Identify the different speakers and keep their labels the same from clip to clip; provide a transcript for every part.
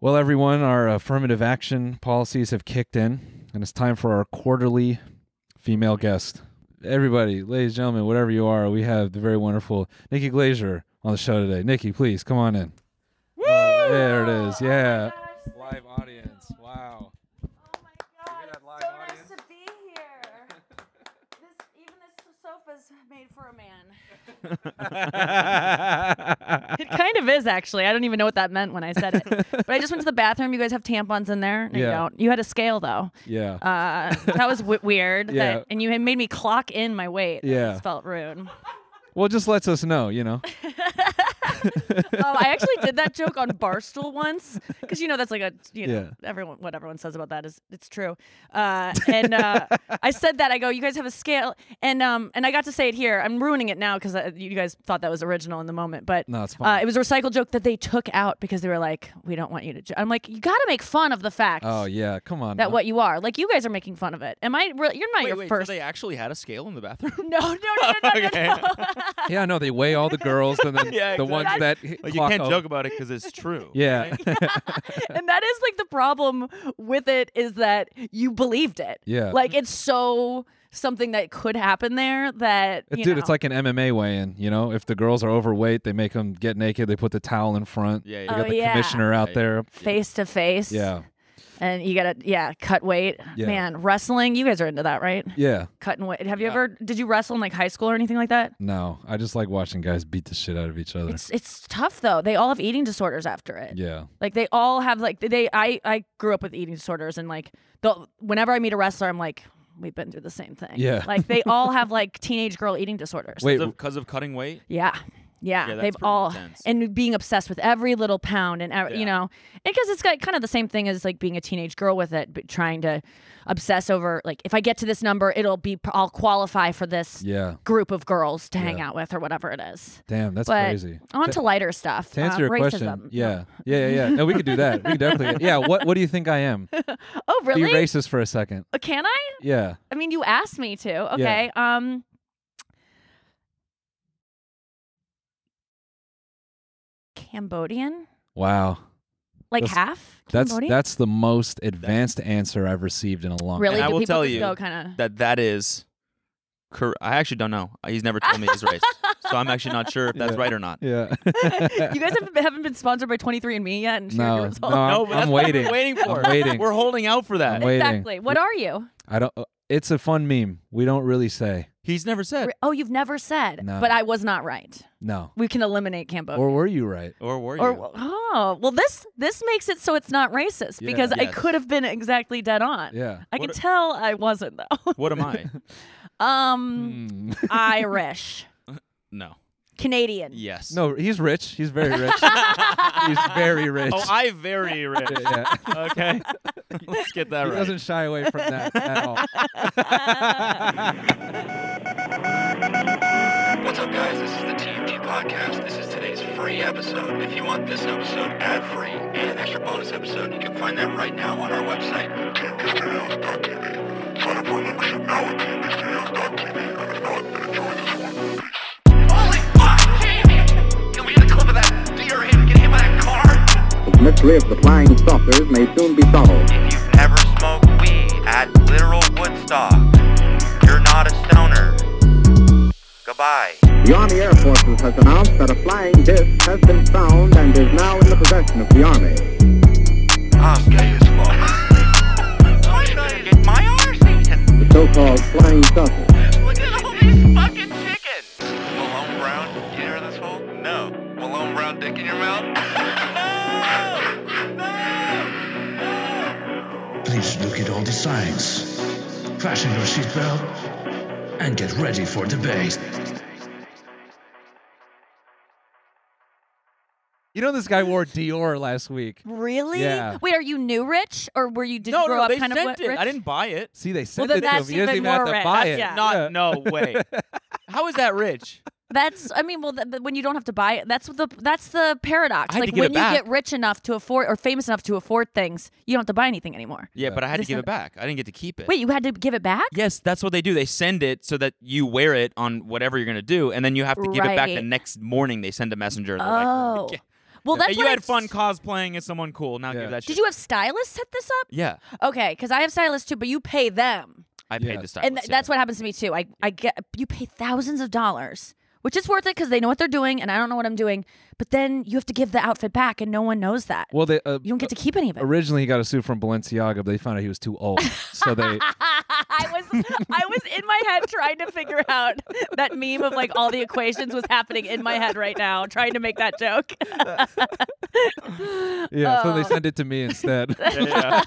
Speaker 1: Well, everyone, our affirmative action policies have kicked in, and it's time for our quarterly female guest. Everybody, ladies and gentlemen, whatever you are, we have the very wonderful Nikki Glazier on the show today. Nikki, please come on in. Oh, there it is. Yeah. Live audience. Wow.
Speaker 2: Oh my
Speaker 1: hear
Speaker 2: god,
Speaker 1: that
Speaker 2: it's
Speaker 1: live
Speaker 2: so
Speaker 1: audience?
Speaker 2: nice to be here. this, even this sofa's made for a man. It kind of is actually. I don't even know what that meant when I said it, but I just went to the bathroom. You guys have tampons in there? No, you
Speaker 1: Yeah.
Speaker 2: don't. You had a scale though.
Speaker 1: yeah.
Speaker 2: Uh, that was w- weird.
Speaker 1: Yeah.
Speaker 2: That, and you had made me clock in my weight. That
Speaker 1: Yeah.
Speaker 2: just felt rude.
Speaker 1: Well, it just lets us know, you know.
Speaker 2: um, I actually did that joke on Barstool once because you know that's like a you know
Speaker 1: Yeah.
Speaker 2: everyone what everyone says about that is it's true. Uh, and uh, I said that I go you guys have a scale and um and I got to say it here. I'm ruining it now because you guys thought that was original in the moment, but
Speaker 1: No, it's
Speaker 2: uh,
Speaker 1: fine.
Speaker 2: it was a recycled joke that they took out because they were like we don't want you to. Jo-. I'm like you got to make fun of the fact
Speaker 1: oh yeah, come on.
Speaker 2: that
Speaker 1: now.
Speaker 2: what you are like you guys are making fun of it. Am I? Re- you're not
Speaker 3: Wait,
Speaker 2: your
Speaker 3: wait, so
Speaker 2: first.
Speaker 3: they actually had a scale in the bathroom?
Speaker 2: no, no, no, no, no, no,
Speaker 3: Okay.
Speaker 2: no.
Speaker 1: Yeah, no, they weigh all the girls and then
Speaker 3: Yeah,
Speaker 1: the ones
Speaker 3: exactly.
Speaker 1: that
Speaker 3: Like
Speaker 1: clock
Speaker 3: you can't
Speaker 1: over.
Speaker 3: joke about it because it's true.
Speaker 1: Yeah.
Speaker 3: right?
Speaker 2: and that is like the problem with it is that you believed it.
Speaker 1: Yeah.
Speaker 2: Like it's so something that could happen there that you
Speaker 1: Uh, Dude, it's
Speaker 2: know.
Speaker 1: like an MMA weigh-in. You know, if the girls are overweight, they make them get naked. They put the towel in front.
Speaker 3: Yeah,
Speaker 1: They
Speaker 3: yeah.
Speaker 1: got
Speaker 2: Oh,
Speaker 1: the
Speaker 2: yeah.
Speaker 1: commissioner out
Speaker 3: Yeah.
Speaker 1: there.
Speaker 2: face to face.
Speaker 1: Yeah,
Speaker 2: And you gotta yeah cut weight.
Speaker 1: Yeah.
Speaker 2: Man, wrestling. You guys are into that, right?
Speaker 1: yeah.
Speaker 2: Cutting weight. Have you
Speaker 3: Yeah.
Speaker 2: ever did you wrestle in like high school or anything like that?
Speaker 1: No, I just like watching guys beat the shit out of each other.
Speaker 2: It's it's tough though. They all have eating disorders after it.
Speaker 1: Uh. yeah,
Speaker 2: Like they all have like they I I grew up with eating disorders and like the whenever I meet a wrestler I'm like we've been through the same thing.
Speaker 1: Yeah.
Speaker 2: Like they all have like teenage girl eating disorders.
Speaker 1: Wait,
Speaker 3: Because of, 'cause of cutting weight?
Speaker 2: Yeah. Yeah,
Speaker 3: Yeah, that's
Speaker 2: they've
Speaker 3: pretty
Speaker 2: all
Speaker 3: intense.
Speaker 2: and being obsessed with every little pound and every,
Speaker 3: Yeah.
Speaker 2: you know, because it's got kind of the same thing as like being a teenage girl with it, but trying to obsess over like if I get to this number, it'll be I'll qualify for this
Speaker 1: yeah.
Speaker 2: group of girls to hang
Speaker 1: Yeah.
Speaker 2: out with or whatever it is.
Speaker 1: Damn, that's
Speaker 2: but
Speaker 1: crazy.
Speaker 2: on
Speaker 1: To-
Speaker 2: to lighter stuff.
Speaker 1: To answer
Speaker 2: uh,
Speaker 1: your
Speaker 2: racism.
Speaker 1: question, yeah, yeah, yeah, yeah. No, we could do that. We could definitely. Yeah. What What do you think I am?
Speaker 2: Oh, really?
Speaker 1: Be racist for a second.
Speaker 2: Uh, Can I?
Speaker 1: Yeah.
Speaker 2: I mean, you asked me to. Okay. Um. Cambodian,
Speaker 1: Wow.
Speaker 2: like
Speaker 1: That's-
Speaker 2: half.
Speaker 1: That's
Speaker 2: Cambodian?
Speaker 1: that's the most advanced answer I've received in a long.
Speaker 2: really.
Speaker 3: And I
Speaker 2: Do
Speaker 3: will
Speaker 2: people
Speaker 3: tell
Speaker 2: just
Speaker 3: you
Speaker 2: go kind of.
Speaker 3: That that is. Cor- I actually don't know. Uh, He's never told me his race, so I'm actually not sure if that's
Speaker 1: Yeah.
Speaker 3: right or not.
Speaker 1: Yeah.
Speaker 2: you guys haven't, haven't been sponsored by 23andMe yet, and shared your
Speaker 1: no,
Speaker 2: results.
Speaker 1: no, I'm,
Speaker 3: but
Speaker 1: I'm
Speaker 3: that's what we're
Speaker 1: waiting.
Speaker 3: waiting for.
Speaker 1: waiting.
Speaker 3: We're holding out for
Speaker 1: I'm
Speaker 3: that.
Speaker 1: wait- waiting.
Speaker 2: exactly. What are you?
Speaker 1: I don't. uh, It's a fun meme. We don't really say
Speaker 3: He's never said.
Speaker 2: Re- Oh, you've never said.
Speaker 1: No.
Speaker 2: But I was not right.
Speaker 1: no.
Speaker 2: We can eliminate Cambodia.
Speaker 1: Or were you right?
Speaker 3: Or were you?
Speaker 2: Or- oh, well, this this makes it so it's not racist
Speaker 1: Yeah.
Speaker 2: because I
Speaker 3: Yes.
Speaker 2: could have been exactly dead on.
Speaker 1: Yeah.
Speaker 2: I can
Speaker 3: What a-
Speaker 2: tell I wasn't though.
Speaker 3: what am I?
Speaker 2: um,
Speaker 1: Hmm.
Speaker 2: Irish,
Speaker 3: No.
Speaker 2: Canadian.
Speaker 3: Yes.
Speaker 1: No, he's rich. He's very rich. he's very rich.
Speaker 3: Oh, I very rich.
Speaker 1: Yeah, yeah.
Speaker 3: Okay. Let's get that
Speaker 1: He
Speaker 3: right.
Speaker 1: doesn't shy away from that at all.
Speaker 4: What's up, guys? This is the TMG Podcast. This is today's free episode. If you want this episode ad free and an extra bonus episode, you can find that right now on our website. TMGStudios.tv. Sign up for a membership now at TMGStudios.tv. And if not, then enjoy this one. Holy fuck, Jamie! Can we get a clip of that deer him get hit by a car?
Speaker 5: The mystery of the flying saucers may soon be solved.
Speaker 4: If you've ever smoked weed at literal Woodstock, you're not a stoner. Goodbye.
Speaker 5: The Army Air Forces has announced that a flying disc has been found and is now in the possession of the Army.
Speaker 4: I'm gay as fuck. I'm gonna get my arse eaten.
Speaker 5: The so-called flying saucer.
Speaker 4: Look at all these fucking chickens. Malone Brown, you hear this hole? No. Malone Brown dick in your mouth? no! No!
Speaker 6: Please look at all the signs. Fasten your seatbelt and get ready for debate.
Speaker 1: You know this guy wore Dior last week.
Speaker 2: Really?
Speaker 1: Yeah.
Speaker 2: Wait, are you new rich, or were you did
Speaker 3: no,
Speaker 2: you grow
Speaker 3: no,
Speaker 2: up
Speaker 3: they
Speaker 2: kind
Speaker 3: sent
Speaker 2: of
Speaker 3: it.
Speaker 2: wi- rich?
Speaker 3: I didn't buy it.
Speaker 1: See, they sent
Speaker 2: then
Speaker 1: it to him.
Speaker 2: that's
Speaker 1: He doesn't
Speaker 2: even
Speaker 1: even have
Speaker 2: more
Speaker 1: to
Speaker 2: rich.
Speaker 1: buy
Speaker 2: That's-
Speaker 1: it.
Speaker 2: yeah.
Speaker 1: Yeah.
Speaker 3: Not. No way. How is that rich?
Speaker 2: That's I mean, well, th- but when you don't have to buy it, that's what the that's the paradox.
Speaker 3: I had to
Speaker 2: like
Speaker 3: give it
Speaker 2: when you
Speaker 3: back.
Speaker 2: get rich enough to afford or famous enough to afford things, you don't have to buy anything anymore.
Speaker 3: Yeah, but I had to
Speaker 2: This
Speaker 3: give
Speaker 2: is-
Speaker 3: it back. I didn't get to keep it.
Speaker 2: Wait, you had to give it back?
Speaker 3: Yes, that's what they do. They send it so that you wear it on whatever you're gonna do, and then you have to give it back the
Speaker 2: Right.
Speaker 3: next morning. They send a messenger. and they're like,
Speaker 2: Oh.
Speaker 3: "Yeah,
Speaker 2: Well, that's
Speaker 3: you
Speaker 2: what I-
Speaker 3: had fun cosplaying as someone cool. Now
Speaker 1: Yeah.
Speaker 3: give that shit.
Speaker 2: Did you e have stylists set this up?
Speaker 3: Yeah,
Speaker 2: Okay, because I have stylists too, but you pay them,
Speaker 3: I
Speaker 1: Yeah.
Speaker 3: paid the stylist.
Speaker 2: and th- that's what happens to me too. I I get you pay thousands of dollars, which is worth it because they know what they're doing, and I don't know what I'm doing. But then you have to give the outfit back, and no one knows that.
Speaker 1: Well, they uh,
Speaker 2: you don't get to keep any of it.
Speaker 1: originally he got a suit from Balenciaga, but they found out he was too old, so they
Speaker 2: I was I was in my head trying to figure out that meme of like all the equations was happening in my head right now, trying to make that joke.
Speaker 1: yeah, so
Speaker 2: Oh.
Speaker 1: they sent it to me instead,
Speaker 3: Yeah, yeah.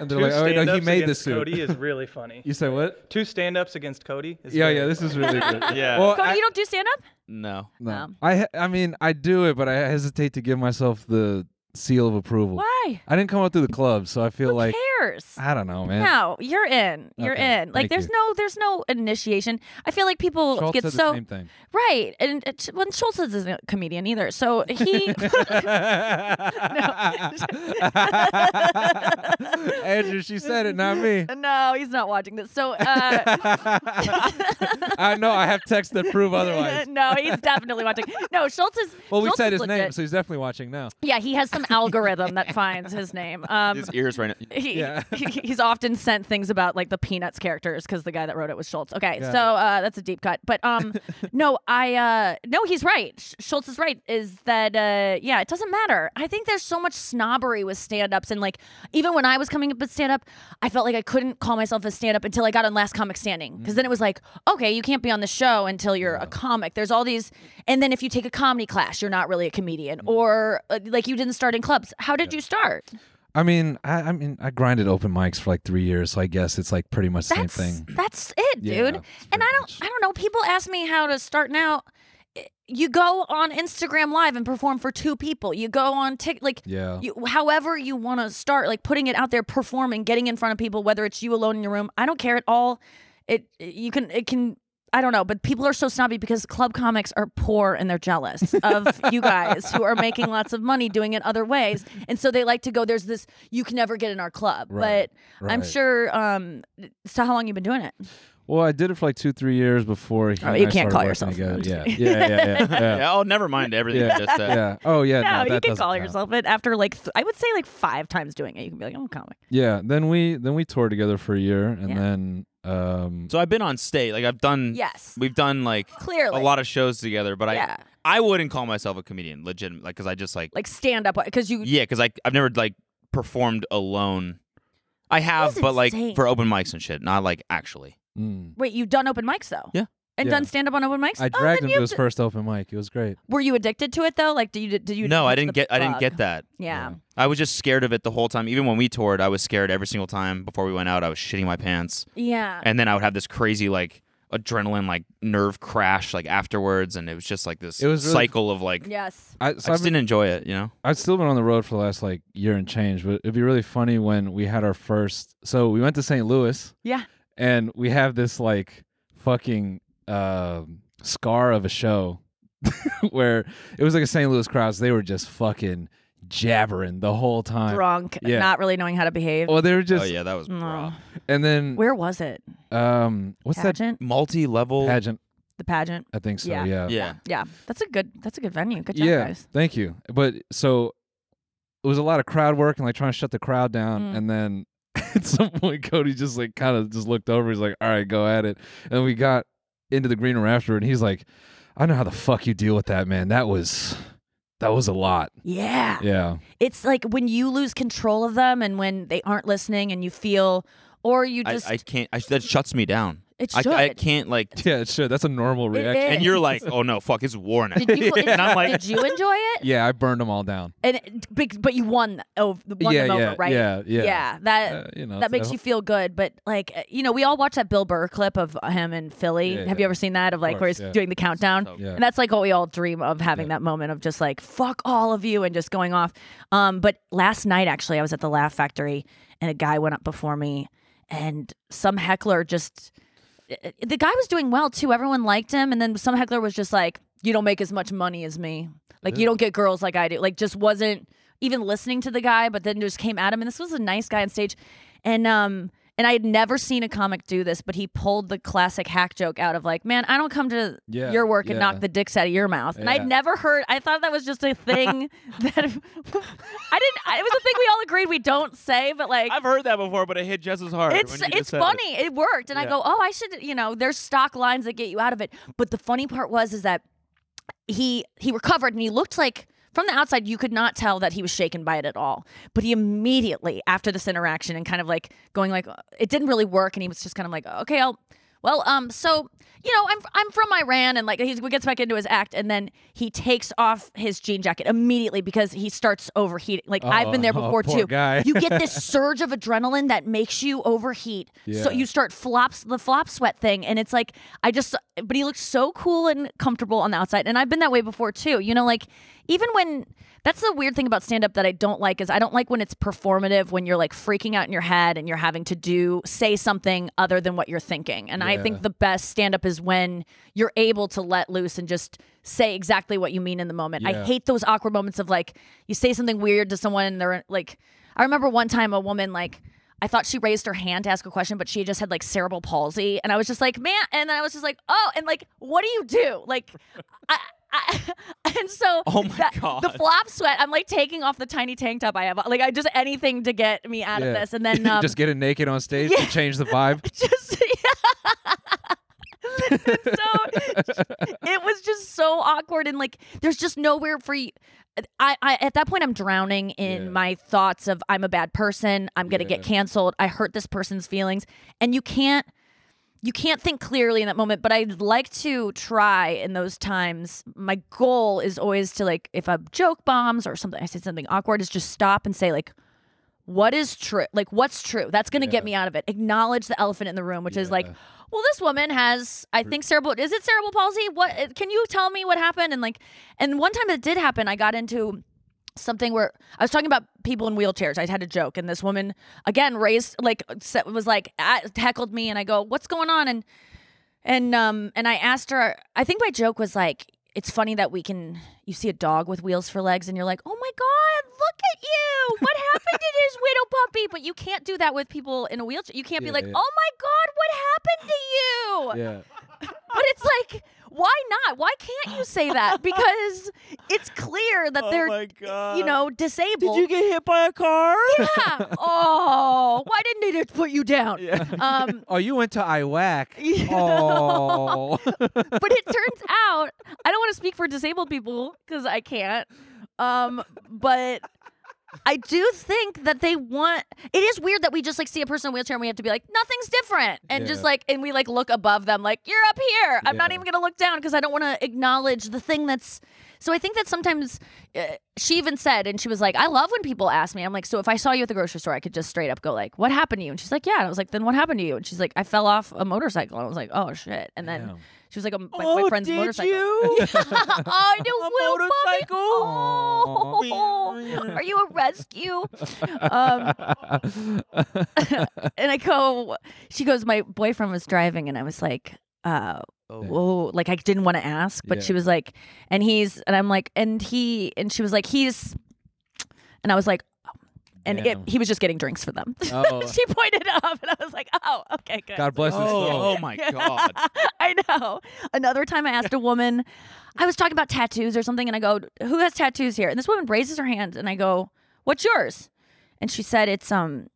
Speaker 1: and they're
Speaker 7: Two
Speaker 1: like, oh no, he
Speaker 7: stand-ups
Speaker 1: made the
Speaker 7: against
Speaker 1: suit.
Speaker 7: Cody is really funny.
Speaker 1: You say what?
Speaker 7: Two stand-ups against Cody. Is
Speaker 1: yeah,
Speaker 7: very
Speaker 1: yeah, this
Speaker 7: funny.
Speaker 1: is really good.
Speaker 3: Yeah.
Speaker 1: Well,
Speaker 2: Cody,
Speaker 1: I,
Speaker 2: you don't do stand up?
Speaker 3: no.
Speaker 1: no.
Speaker 2: Um.
Speaker 1: I he- I mean I do it, but I hesitate to give myself the seal of approval.
Speaker 2: Why?
Speaker 1: I didn't come up through the club, so I feel like
Speaker 2: Who cares?
Speaker 1: I don't know, man.
Speaker 2: No, you're in. You're
Speaker 1: Okay,
Speaker 2: in. Like
Speaker 1: thank
Speaker 2: there's
Speaker 1: you.
Speaker 2: no there's no initiation. I feel like people
Speaker 1: Schultz
Speaker 2: get
Speaker 1: said
Speaker 2: so
Speaker 1: the same thing.
Speaker 2: right. And it, when Schultz isn't a comedian either, so he
Speaker 1: Andrew, she said it, not me.
Speaker 2: no, he's not watching this. So. Uh,
Speaker 1: I know I have texts that prove otherwise.
Speaker 2: no, he's definitely watching. No, Schultz is.
Speaker 1: Well, we
Speaker 2: Schultz
Speaker 1: said
Speaker 2: is
Speaker 1: his name,
Speaker 2: legit.
Speaker 1: so he's definitely watching now.
Speaker 2: Yeah, he has some algorithm that finds his name. Um,
Speaker 3: His ears right now.
Speaker 2: he,
Speaker 1: Yeah.
Speaker 2: he- he's often sent things about like the Peanuts characters because the guy that wrote it was Schultz. Okay,
Speaker 1: Got
Speaker 2: so uh, that's a deep cut. But um, no, I uh, no, he's right. Sh- Schultz is right. Is that uh, yeah? It doesn't matter. I think there's so much snobbery with stand-ups, and like even when I was coming up with stand-up, I felt like I couldn't call myself a stand-up until I got on Last Comic Standing because then it was like, okay, you can't be on the show until you're a comic. There's all these, and then if you take a comedy class, you're not really a comedian,
Speaker 1: Mm.
Speaker 2: or uh, like you didn't start in clubs. How did you start?
Speaker 1: I mean, I, I mean, I grinded open mics for like three years, so I guess it's like pretty much the same
Speaker 2: that's
Speaker 1: thing.
Speaker 2: that's it,
Speaker 1: Yeah,
Speaker 2: dude.
Speaker 1: it's
Speaker 2: and
Speaker 1: pretty
Speaker 2: I don't
Speaker 1: much.
Speaker 2: I don't know. People ask me how to start now. Eh, You go on Instagram Live and perform for two people. You go on Tik like
Speaker 1: Yeah.
Speaker 2: you, however you want to start, like putting it out there, performing, getting in front of people, whether it's you alone in your room. I don't care at all. It you can it can I don't know, but people are so snobby because club comics are poor and they're jealous of you guys who are making lots of money doing it other ways. And so they like to go, there's this, you can never get in our club.
Speaker 1: Right,
Speaker 2: but I'm
Speaker 1: right.
Speaker 2: sure, um, so how long you been doing it?
Speaker 1: Well, I did it for like two, three years before. He
Speaker 2: Oh,
Speaker 1: and
Speaker 2: you
Speaker 1: I
Speaker 2: can't
Speaker 1: started
Speaker 2: call
Speaker 1: working
Speaker 2: yourself.
Speaker 1: Together.
Speaker 2: I'm just
Speaker 1: Yeah.
Speaker 2: kidding.
Speaker 1: yeah, yeah, yeah, yeah,
Speaker 3: Yeah. Oh, never mind everything
Speaker 1: Yeah.
Speaker 3: you just said.
Speaker 1: yeah. Oh yeah, no,
Speaker 2: you
Speaker 1: that
Speaker 2: can
Speaker 1: doesn't
Speaker 2: call
Speaker 1: count.
Speaker 2: yourself it after like, th- I would say like five times doing it. You can be like, I'm a comic.
Speaker 1: Yeah, then we then we toured together for a year, and
Speaker 2: Yeah.
Speaker 1: then um,
Speaker 3: So I've been on stage. Like I've done.
Speaker 1: Mm.
Speaker 2: Yes.
Speaker 3: We've done like
Speaker 2: Clearly.
Speaker 3: a lot of shows together, but I
Speaker 2: Yeah.
Speaker 3: I wouldn't call myself a comedian, legitimate. Like because I just like,
Speaker 2: Like stand up because you,
Speaker 3: yeah, because I I've never like performed alone. I have,
Speaker 2: is
Speaker 3: but like
Speaker 2: insane.
Speaker 3: for open mics and shit, not like actually.
Speaker 1: mm.
Speaker 2: wait, you've done open mics though.
Speaker 3: Yeah.
Speaker 2: And
Speaker 1: Yeah.
Speaker 2: done stand up on open mics.
Speaker 1: I
Speaker 2: Oh,
Speaker 1: dragged
Speaker 2: then
Speaker 1: him
Speaker 2: you
Speaker 1: to his
Speaker 2: d-
Speaker 1: first open mic. It was great.
Speaker 2: Were you addicted to it though? Like, do you did you?
Speaker 3: no, I
Speaker 2: catch
Speaker 3: didn't
Speaker 2: the
Speaker 3: get I didn't
Speaker 2: bug?
Speaker 3: get that.
Speaker 2: Yeah.
Speaker 3: I was just scared of it the whole time. Even when we toured, I was scared every single time before we went out. I was shitting my pants.
Speaker 2: Yeah.
Speaker 3: and then I would have this crazy like adrenaline like nerve crash like afterwards, and it was just like this
Speaker 1: It was really-
Speaker 3: cycle of like
Speaker 2: yes.
Speaker 1: I,
Speaker 3: I
Speaker 1: so I've
Speaker 3: just
Speaker 1: been,
Speaker 3: didn't enjoy it, you know. Oh,
Speaker 1: I've still been on the road for the last like year and change, but it'd be really funny when we had our first. So we went to St. Louis,
Speaker 2: Yeah.
Speaker 1: and we have this like fucking um scar of a show where it was like a St. Louis crowd. So they were just fucking jabbering the whole time.
Speaker 2: Drunk.
Speaker 1: yeah.
Speaker 2: Not really knowing how to behave.
Speaker 1: Well, they were
Speaker 3: oh
Speaker 1: just,
Speaker 3: yeah, that was
Speaker 2: No.
Speaker 3: rough.
Speaker 1: and then
Speaker 2: Where was it?
Speaker 1: um, what's
Speaker 2: Pageant.
Speaker 3: multi-level.
Speaker 1: that pageant?
Speaker 2: The pageant.
Speaker 1: I think so.
Speaker 2: Yeah.
Speaker 1: Yeah.
Speaker 3: Yeah,
Speaker 2: Yeah. That's a good. That's a good venue. Good job,
Speaker 1: yeah,
Speaker 2: guys.
Speaker 1: thank you. But so it was a lot of crowd work and like trying to shut the crowd down.
Speaker 2: Mm.
Speaker 1: And then at some point, Cody just like kind of just looked over. He's like, "All right, go at it." And we got into the green room after, and he's like, "I know how the fuck you deal with that, man. That was that was a lot."
Speaker 2: Yeah.
Speaker 1: Yeah,
Speaker 2: It's like when you lose control of them and when they aren't listening and you feel, or you
Speaker 3: I,
Speaker 2: just
Speaker 3: I can't. I, that shuts me down.
Speaker 2: it
Speaker 3: I,
Speaker 2: should.
Speaker 3: I can't like.
Speaker 1: yeah, sure. That's a normal reaction.
Speaker 2: is.
Speaker 3: And you're like, oh no, fuck, it's war now.
Speaker 2: did you, did,
Speaker 3: and I'm like,
Speaker 2: did you enjoy it?
Speaker 1: Yeah, I burned them all down.
Speaker 2: And it, but- but you won over won
Speaker 1: yeah,
Speaker 2: them
Speaker 1: yeah,
Speaker 2: over, right?
Speaker 1: yeah, yeah,
Speaker 2: Yeah, That
Speaker 1: Uh, you know
Speaker 2: that makes you feel good. But like uh, you know, we all watch that Bill Burr clip of him in Philly.
Speaker 1: Yeah,
Speaker 2: Have
Speaker 1: yeah.
Speaker 2: you ever seen that of like where
Speaker 1: course,
Speaker 2: he's
Speaker 1: yeah.
Speaker 2: doing the countdown?
Speaker 3: So-
Speaker 1: Yeah.
Speaker 2: And that's like what we all dream of having that moment of just like fuck all of you and just going off. Um, but last night actually, I was at the Laugh Factory and a guy went up before me, and some heckler just the guy was doing well too. Everyone liked him, and then some heckler was just like, "You don't make as much money as me. Like you don't get girls like I do." Like just wasn't even listening to the guy, but then just came at him. And this was a nice guy on stage, and um, And I had never seen a comic do this, but he pulled the classic hack joke out of like, man, I don't come to
Speaker 1: Yeah,
Speaker 2: your work and
Speaker 1: yeah.
Speaker 2: knock the dicks out of your mouth. And
Speaker 1: Yeah.
Speaker 2: I'd never heard, I thought that was just a thing that I didn't, I- it was a thing we all agreed we don't say, but like,
Speaker 3: I've heard that before, but it hit just as hard. when
Speaker 2: it's
Speaker 3: you just
Speaker 2: it's
Speaker 3: said it.
Speaker 2: funny. It. worked, and I
Speaker 3: Yeah.
Speaker 2: go, oh, I should. You know, there's stock lines that get you out of it. But the funny part was is that he he recovered and he looked like from the outside you could not tell that he was shaken by it at all. But he immediately after this interaction and kind of like going like uh, it didn't really work, and he was just kind of like, okay, I'll. Well, um, so you know, I'm I'm from Iran, and like he gets back into his act, and then he takes off his jean jacket immediately because he starts overheating. Like I've been there
Speaker 1: Oh,
Speaker 2: before
Speaker 1: poor
Speaker 2: too.
Speaker 1: guy.
Speaker 2: You get this surge of adrenaline that makes you overheat. So
Speaker 1: Yeah.
Speaker 2: you start flops the flop sweat thing, and it's like I just. But he looks so cool and comfortable on the outside, and I've been that way before too. You know, like even when that's the weird thing about stand up that I don't like is I don't like when it's performative when you're like freaking out in your head and you're having to do say something other than what you're thinking. And I think the best stand up is when you're able to let loose and just say exactly what you mean in the moment. I
Speaker 1: Yeah.
Speaker 2: hate those awkward moments of like you say something weird to someone and they're like I remember one time a woman like I thought she raised her hand to ask a question, but she just had like cerebral palsy, and I was just like, man. And then I was just like, oh, and like, what do you do? Like, I, I and so
Speaker 3: Oh my God.
Speaker 2: the flop sweat. I'm like taking off the tiny tank top I have, like I just anything to get me out of
Speaker 1: Yeah.
Speaker 2: this, and then um,
Speaker 1: just get it naked on stage
Speaker 2: yeah.
Speaker 1: to change the vibe.
Speaker 2: just so it was just so awkward and like there's just nowhere for you I, I at that point I'm drowning in
Speaker 1: Yeah.
Speaker 2: my thoughts of I'm a bad person, I'm gonna get
Speaker 1: Yeah.
Speaker 2: canceled, I hurt this person's feelings. And you can't you can't think clearly in that moment, but I'd like to try in those times. My goal is always to like if a joke bombs or something I say something awkward is just stop and say like what is true? Like, what's true? That's going to
Speaker 1: Yeah.
Speaker 2: get me out of it. Acknowledge the elephant in the room, which is like,
Speaker 1: Yeah.
Speaker 2: well, this woman has, I think, cerebral. Is it cerebral palsy? What can you tell me what happened? And like, and one time it did happen. I got into something where I was talking about people in wheelchairs. I had a joke, and this woman again raised like sa- was like at- heckled me, and I go, "What's going on?" and and um and I asked her. I think my joke was like, "It's funny that we can. You see a dog with wheels for legs, and you're like, oh my god, look at you! What happened to this widow puppy?" But you can't do that with people in a wheelchair. You can't
Speaker 1: Yeah,
Speaker 2: be like,
Speaker 1: yeah.
Speaker 2: "Oh my god, what
Speaker 1: Yeah.
Speaker 2: happened to you?" But it's like, why not? Why can't you say that? Because it's clear that
Speaker 3: Oh
Speaker 2: they're,
Speaker 3: my God.
Speaker 2: you know, disabled.
Speaker 3: get hit by a car?
Speaker 2: yeah. Oh, why didn't they just put you down?
Speaker 3: Yeah.
Speaker 2: Um,
Speaker 1: Oh, you went to Iraq.
Speaker 2: Yeah.
Speaker 1: Oh.
Speaker 2: but it turns out I don't want to speak for disabled people because I can't. Um, but I do think that they want. It is weird that we just like see a person in a wheelchair and we have to be like, nothing's different, and just
Speaker 1: Yeah.
Speaker 2: like, and we like look above them, like you're up here. I'm not
Speaker 1: Yeah.
Speaker 2: even gonna look down because I don't want to acknowledge the thing that's. So I think that sometimes uh, she even said, and she was like, "I love when people ask me." I'm like, "So if I saw you at the grocery store, I could just straight up go like, what happened to you?'" And she's like, "Yeah." And I was like, "Then what happened to you?" And she's like, "I fell off a motorcycle." And I was like, "Oh shit!" And then
Speaker 1: Damn.
Speaker 2: she was like, a, my, my friend's motorcycle. oh, I do will, Bobby. Oh, are you a rescue? um, and I go, she goes, my boyfriend was driving, and I was like, uh, oh, like I didn't want to ask, but
Speaker 1: Yeah.
Speaker 2: she was like, and he's, and I'm like, and he, and she was like, he's, and I was like, "Oh," and it,
Speaker 1: Damn.
Speaker 2: he was just getting drinks for them.
Speaker 1: Oh.
Speaker 2: she pointed up, and I was like, oh, okay, good.
Speaker 1: God bless his soul.
Speaker 3: Oh, oh my God.
Speaker 2: I know. Another time I asked a woman, I was talking about tattoos or something, and I go, Who has tattoos here? And this woman raises her hand and I go, What's yours? And she said, It's um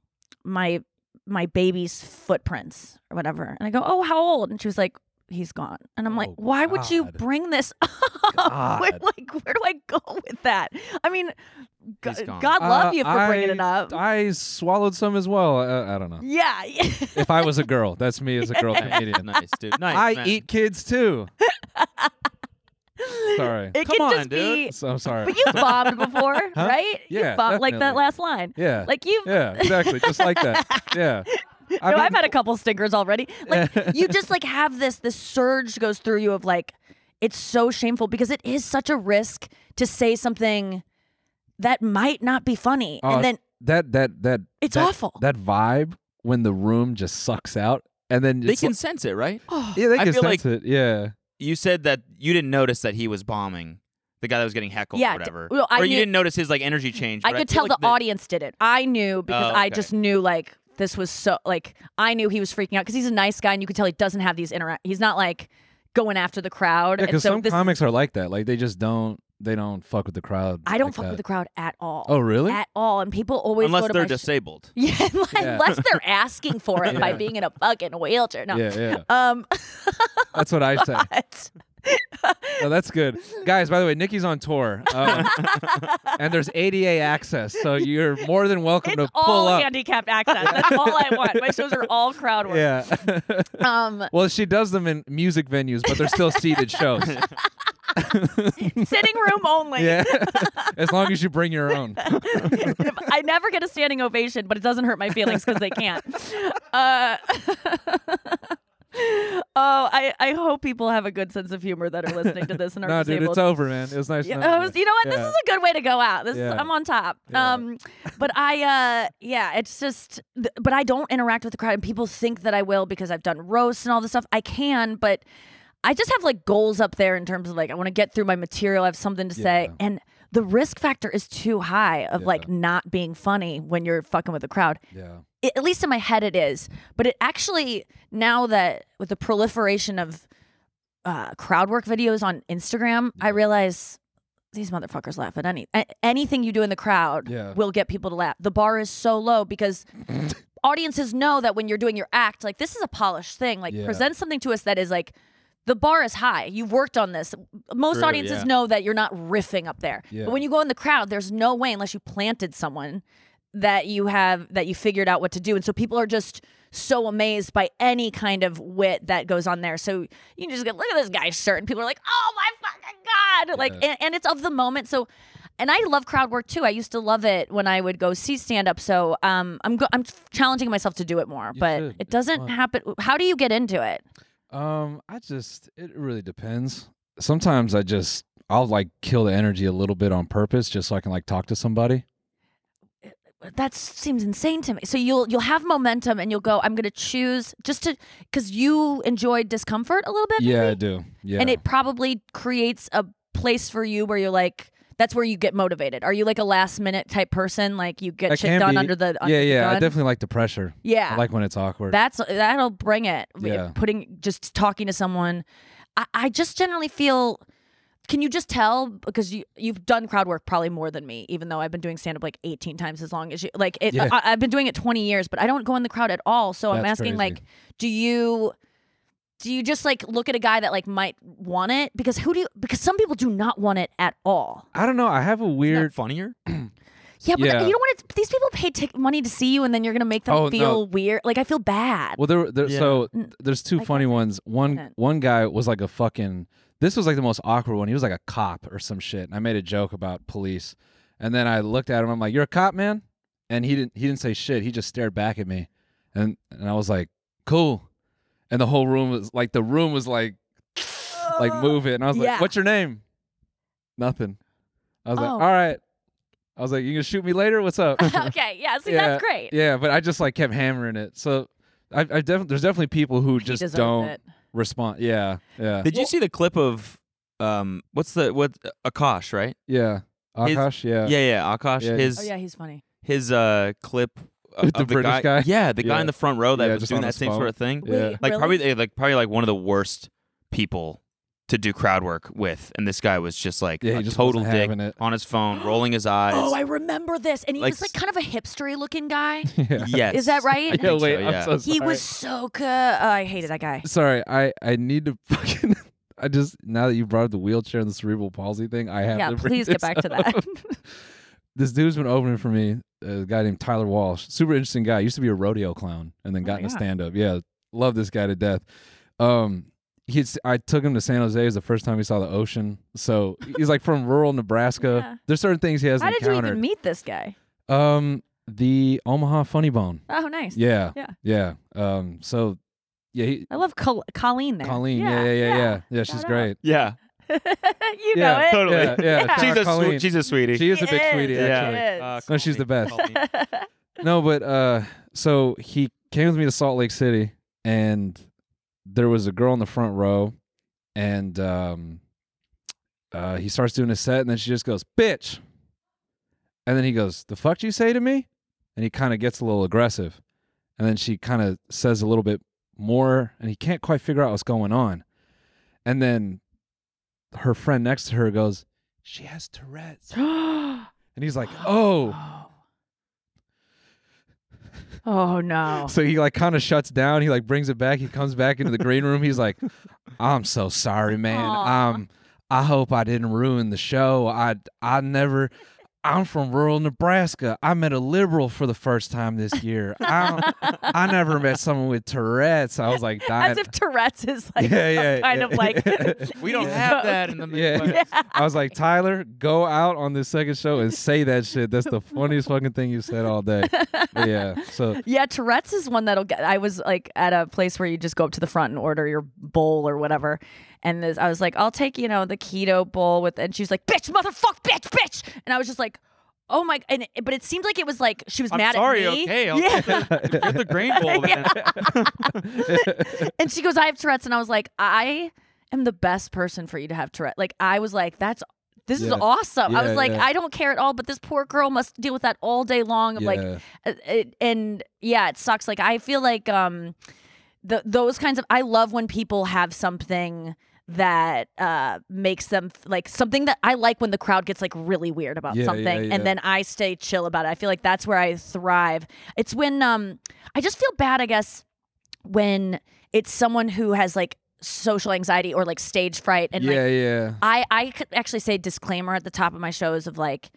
Speaker 2: my my baby's footprints or whatever. And I go, Oh, how old? And she was like, He's gone. And I'm like,
Speaker 1: Oh,
Speaker 2: Why would you
Speaker 1: God.
Speaker 2: bring this up? Where,
Speaker 1: God.
Speaker 2: like, where do I go with that? I mean, g-
Speaker 3: He's gone.
Speaker 2: God love
Speaker 1: Uh,
Speaker 2: you for bringing it
Speaker 1: I-
Speaker 2: up.
Speaker 1: I swallowed some as well. Uh, I, I don't know.
Speaker 2: yeah. yeah.
Speaker 1: If I was a girl, that's me as a girl comedian.
Speaker 3: nice, dude. Nice.
Speaker 1: I
Speaker 3: man.
Speaker 1: eat kids too. Sorry.
Speaker 2: It
Speaker 3: Come
Speaker 2: can
Speaker 3: on,
Speaker 2: just
Speaker 3: dude.
Speaker 2: be
Speaker 1: So I'm sorry.
Speaker 2: But you've bombed before, right?
Speaker 1: Yeah,
Speaker 2: You've bombed like that
Speaker 1: definitely.
Speaker 2: last line.
Speaker 1: yeah.
Speaker 2: Like you've
Speaker 1: yeah, exactly. Just like that. Yeah.
Speaker 2: no,
Speaker 1: mean-
Speaker 2: I've had a couple stinkers already. Like you just like have this this surge goes through you of like it's so shameful because it is such a risk to say something that might not be funny.
Speaker 1: Oh,
Speaker 2: and then
Speaker 1: that that that
Speaker 2: It's
Speaker 1: that-
Speaker 2: awful.
Speaker 1: That vibe when the room just sucks out and then
Speaker 3: They
Speaker 1: it's
Speaker 3: can
Speaker 1: like-
Speaker 3: sense it, right?
Speaker 2: Oh.
Speaker 1: yeah, they
Speaker 3: I
Speaker 1: can
Speaker 3: feel like-
Speaker 1: sense it. Yeah.
Speaker 3: You said that you didn't notice that he was bombing the guy that was getting heckled
Speaker 2: Yeah,
Speaker 3: or
Speaker 2: d-
Speaker 3: whatever.
Speaker 2: well, I
Speaker 3: or you
Speaker 2: knew-
Speaker 3: didn't notice his like energy change.
Speaker 2: I
Speaker 3: but
Speaker 2: could
Speaker 3: feel
Speaker 2: tell
Speaker 3: like
Speaker 2: the audience did it. I knew because
Speaker 3: Oh,
Speaker 2: I
Speaker 3: okay.
Speaker 2: just knew like this was so like I knew he was freaking out because he's a nice guy and you could tell he doesn't have these interact. He's not like going after the crowd.
Speaker 1: Yeah,
Speaker 2: and
Speaker 1: because
Speaker 2: so
Speaker 1: some
Speaker 2: this,
Speaker 1: comics are like that. Like they just don't they don't fuck with the crowd.
Speaker 2: I don't
Speaker 1: like
Speaker 2: fuck
Speaker 1: that.
Speaker 2: with the crowd at all.
Speaker 1: Oh, really?
Speaker 2: At all, and people always go
Speaker 3: Unless
Speaker 2: to
Speaker 3: they're
Speaker 2: my sh-
Speaker 3: disabled.
Speaker 2: Yeah, like,
Speaker 1: Yeah.
Speaker 2: unless they're asking for it by
Speaker 1: Yeah.
Speaker 2: being in a fucking wheelchair. No.
Speaker 1: Yeah, yeah.
Speaker 2: Um,
Speaker 1: That's what I say.
Speaker 2: but
Speaker 1: No, that's good, guys. By the way, Nikki's on tour, um, and there's ADA access, so you're more than welcome
Speaker 2: it's
Speaker 1: to pull
Speaker 2: all
Speaker 1: up.
Speaker 2: handicapped access. That's all I want. My shows are all crowd work.
Speaker 1: Yeah.
Speaker 2: Um,
Speaker 1: well, she does them in music venues, but they're still seated shows.
Speaker 2: sitting room only.
Speaker 1: Yeah. as long as you bring your own.
Speaker 2: If- I never get a standing ovation, but it doesn't hurt my feelings because they can't. Uh, oh, I, I hope people have a good sense of humor that are listening to this and are
Speaker 1: No, dude,
Speaker 2: disabled.
Speaker 1: it's over, man. It was nice.
Speaker 2: Yeah,
Speaker 1: knowing
Speaker 2: I was- you know what?
Speaker 1: Yeah.
Speaker 2: This is a good way to go out. This is,
Speaker 1: Yeah.
Speaker 2: I'm on top.
Speaker 1: Yeah.
Speaker 2: Um, but I, uh, yeah, it's just, th- but I don't interact with the crowd, and people think that I will because I've done roasts and all this stuff. I can, but I just have like goals up there in terms of like I want to get through my material. I have something to say,
Speaker 1: Yeah.
Speaker 2: and the risk factor is too high of like not being funny when you're fucking with the crowd
Speaker 1: Yeah.
Speaker 2: it- at least in my head it is but it actually now that with the proliferation of uh, crowd work videos on instagram
Speaker 1: Mm-hmm.
Speaker 2: i realize these motherfuckers laugh at any a- anything you do in the crowd
Speaker 1: Yeah.
Speaker 2: will get people to laugh the bar is so low because audiences know that when you're doing your act like this is a polished thing like
Speaker 1: Yeah.
Speaker 2: present something to us that is like the bar is high. You've worked on this. Most
Speaker 3: True,
Speaker 2: audiences
Speaker 3: yeah.
Speaker 2: know that you're not riffing up there.
Speaker 1: Yeah.
Speaker 2: But when you go in the crowd, there's no way unless you planted someone that you have that you figured out what to do and so people are just so amazed by any kind of wit that goes on there so you just get look at this guy's shirt and people are like oh my fucking god like and, and it's of the moment so and i love crowd work too i used to love it when i would go see stand up so um i'm go- i'm challenging myself to do it more but
Speaker 1: should.
Speaker 2: it
Speaker 1: It's
Speaker 2: doesn't
Speaker 1: fun.
Speaker 2: happen how do you get into it
Speaker 1: Um, I just it really depends. Sometimes I just I'll like kill the energy a little bit on purpose just so I can like talk to somebody.
Speaker 2: that seems insane to me. So you'll you'll have momentum and you'll go. I'm going to choose just to because you enjoy discomfort a little bit.
Speaker 1: Yeah, I
Speaker 2: maybe?
Speaker 1: do. Yeah.
Speaker 2: and it probably creates a place for you where you're like, that's where you get motivated. Are you like a last minute type person? Like you get
Speaker 1: I
Speaker 2: shit
Speaker 1: can
Speaker 2: done
Speaker 1: be-
Speaker 2: under the under
Speaker 1: Yeah,
Speaker 2: the
Speaker 1: yeah. I
Speaker 2: gun?
Speaker 1: definitely like the pressure.
Speaker 2: yeah.
Speaker 1: I like when it's awkward.
Speaker 2: That's that'll bring it.
Speaker 1: Yeah.
Speaker 2: Putting just talking to someone, I, I just generally feel. Can you just tell because you you've done crowd work probably more than me, even though I've been doing stand up like eighteen times as long as you. Like it,
Speaker 1: Yeah.
Speaker 2: I, I've been doing it twenty years, but I don't go in the crowd at all. So I'm
Speaker 1: That's
Speaker 2: asking
Speaker 1: crazy.
Speaker 2: like, do you? Do you just like look at a guy that like might want it? Because who do you? Because some people do not want it at all.
Speaker 1: I don't know. I have a
Speaker 3: Isn't that
Speaker 1: weird
Speaker 3: funnier.
Speaker 2: Yeah, but uh,
Speaker 1: Yeah.
Speaker 2: you don't want it. These people pay tic- money to see you, and then you're gonna make them
Speaker 1: Oh, no.
Speaker 2: feel weird. Like I feel bad.
Speaker 1: Well, there, there
Speaker 3: Yeah.
Speaker 1: so th- there's two
Speaker 2: I
Speaker 1: funny
Speaker 2: guess I
Speaker 1: ones. One
Speaker 2: couldn't.
Speaker 1: one guy was like a fucking this was like the most awkward one. He was like a cop or some shit. And I made a joke about police. And then I looked at him. I'm like, "You're a cop, man?" And he didn't he didn't say shit. He just stared back at me. And and I was like, "Cool." And the whole room was like the room was like like moving. And I was like,
Speaker 2: yeah.
Speaker 1: "What's your name?" Nothing. I was like,
Speaker 2: Oh.
Speaker 1: "All right." I was like, "You gonna shoot me later? What's up?"
Speaker 2: okay, yeah. See, that's great.
Speaker 1: Yeah, but I just like kept hammering it. So I, I definitely there's definitely people who
Speaker 2: He
Speaker 1: just
Speaker 2: deserves
Speaker 1: don't
Speaker 2: it.
Speaker 1: respond. Yeah, yeah,
Speaker 3: Did you see the clip of um what's the what Akash, right?
Speaker 1: yeah.
Speaker 3: His-
Speaker 1: Akash, yeah,
Speaker 3: yeah, yeah, Akash.
Speaker 1: Yeah.
Speaker 3: his
Speaker 2: Oh yeah, he's funny.
Speaker 3: his uh clip of
Speaker 1: The
Speaker 3: of the
Speaker 1: British
Speaker 3: guy,
Speaker 1: guy?
Speaker 3: Yeah, the guy
Speaker 1: Yeah.
Speaker 3: in the front row that
Speaker 1: Yeah,
Speaker 3: was
Speaker 1: just
Speaker 3: doing
Speaker 1: on
Speaker 3: that
Speaker 1: his
Speaker 3: same
Speaker 1: phone.
Speaker 3: sort of thing.
Speaker 1: Yeah.
Speaker 2: Wait,
Speaker 3: Like
Speaker 2: really?
Speaker 3: probably eh, like probably like one of the worst people to do crowd work with. And this guy was just like
Speaker 1: Yeah, he
Speaker 3: a
Speaker 1: just
Speaker 3: total
Speaker 1: wasn't
Speaker 3: dick
Speaker 1: having it.
Speaker 3: on his phone, rolling his eyes.
Speaker 2: Oh, I remember this, and he
Speaker 3: Like
Speaker 2: was like kind of a hipstery looking guy.
Speaker 1: yeah.
Speaker 3: Yes.
Speaker 2: Is that
Speaker 3: I
Speaker 2: right?
Speaker 3: think so,
Speaker 1: wait,
Speaker 3: Oh, yeah.
Speaker 1: I'm so sorry.
Speaker 2: He was so good. Oh, I hated that guy.
Speaker 1: sorry. I I need to fucking. I just now that you brought up the wheelchair and the cerebral palsy thing, I have
Speaker 2: Yeah,
Speaker 1: to bring
Speaker 2: please get
Speaker 1: this
Speaker 2: back to
Speaker 1: up.
Speaker 2: that.
Speaker 1: This dude's been opening for me. A guy named Tyler Walsh, super interesting guy. Used to be a rodeo clown and then
Speaker 2: Oh
Speaker 1: got
Speaker 2: my
Speaker 1: into
Speaker 2: God.
Speaker 1: stand up. Yeah, love this guy to death. Um, he's I took him to San Jose. It was the first time he saw the ocean. So he's like from rural Nebraska.
Speaker 2: Yeah.
Speaker 1: There's certain things he hasn't
Speaker 2: How did you
Speaker 1: encountered.
Speaker 2: even meet this guy?
Speaker 1: Um, the Omaha Funny Bone.
Speaker 2: Oh, nice.
Speaker 1: Yeah.
Speaker 2: Yeah.
Speaker 1: Yeah. Um. So, yeah. He,
Speaker 2: I love Col- Colleen there.
Speaker 1: Colleen. Yeah. Yeah. Yeah. Yeah. Yeah. she's
Speaker 2: Shout out.
Speaker 1: great.
Speaker 3: Yeah.
Speaker 2: you
Speaker 1: Yeah,
Speaker 2: know it.
Speaker 3: Totally.
Speaker 1: Yeah. Yeah. shout out
Speaker 3: she's, a
Speaker 1: Colleen.
Speaker 3: sweet, she's a sweetie.
Speaker 1: she is
Speaker 2: She
Speaker 1: a big
Speaker 2: is,
Speaker 1: sweetie.
Speaker 2: she
Speaker 1: Actually.
Speaker 2: is.
Speaker 3: Uh,
Speaker 1: No, she's
Speaker 3: Colleen.
Speaker 1: the best.
Speaker 3: Colleen.
Speaker 1: No, but uh, so he came with me to Salt Lake City, and there was a girl in the front row, and um, uh, he starts doing a set, and then she just goes, "Bitch," and then he goes, "The fuck do you say to me?" And he kind of gets a little aggressive, And then she kind of says a little bit more, and he can't quite figure out what's going on. And then her friend next to her goes, She has Tourette's. And he's like, Oh.
Speaker 2: oh no.
Speaker 1: So he like kind of shuts down. He like brings it back. He comes back into the green room. He's like, I'm so sorry, man.
Speaker 2: Aw.
Speaker 1: Um, I hope I didn't ruin the show. I I never. I'm from rural Nebraska. I met a liberal for the first time this year. I I never met someone with Tourette's. I was like, dying.
Speaker 2: As if Tourette's is like
Speaker 1: Yeah, yeah,
Speaker 2: some kind
Speaker 1: yeah.
Speaker 2: of like
Speaker 3: We don't
Speaker 2: East
Speaker 3: have
Speaker 2: Coast.
Speaker 3: that in the
Speaker 1: Yeah.
Speaker 3: Midwest.
Speaker 1: I was like, Tyler, go out on this second show and say that shit. That's the funniest fucking thing you said all day. But yeah. So
Speaker 2: Yeah, Tourette's is one that'll get. I was like at a place where you just go up to the front and order your bowl or whatever, and this, I was like, "I'll take you know the keto bowl with," and she was like, "Bitch, motherfuck, bitch, bitch," and I was just like, "Oh my!" And it- but it seemed like it was like she was
Speaker 3: I'm
Speaker 2: mad
Speaker 3: sorry,
Speaker 2: at me.
Speaker 3: okay, I'll
Speaker 2: yeah.
Speaker 3: take You're the grain bowl. man.
Speaker 2: and she goes, "I have Tourette's," and I was like, "I am the best person for you to have Tourette." Like I was like, "That's." This is
Speaker 1: Yeah.
Speaker 2: awesome. I
Speaker 1: Yeah,
Speaker 2: was like,
Speaker 1: yeah.
Speaker 2: I don't care at all, but this poor girl must deal with that all day long. Of like,
Speaker 1: yeah.
Speaker 2: Uh, it, and yeah, it sucks. Like I feel like um, the those kinds of I love when people have something that uh makes them like something that I like when the crowd gets like really weird about
Speaker 1: Yeah, yeah,
Speaker 2: something
Speaker 1: yeah.
Speaker 2: and then I stay chill about it. I feel like that's where I thrive. It's when um I just feel bad I guess when it's someone who has like social anxiety or like stage fright and like
Speaker 1: yeah, yeah.
Speaker 2: I I could actually say disclaimer at the top of my shows of like,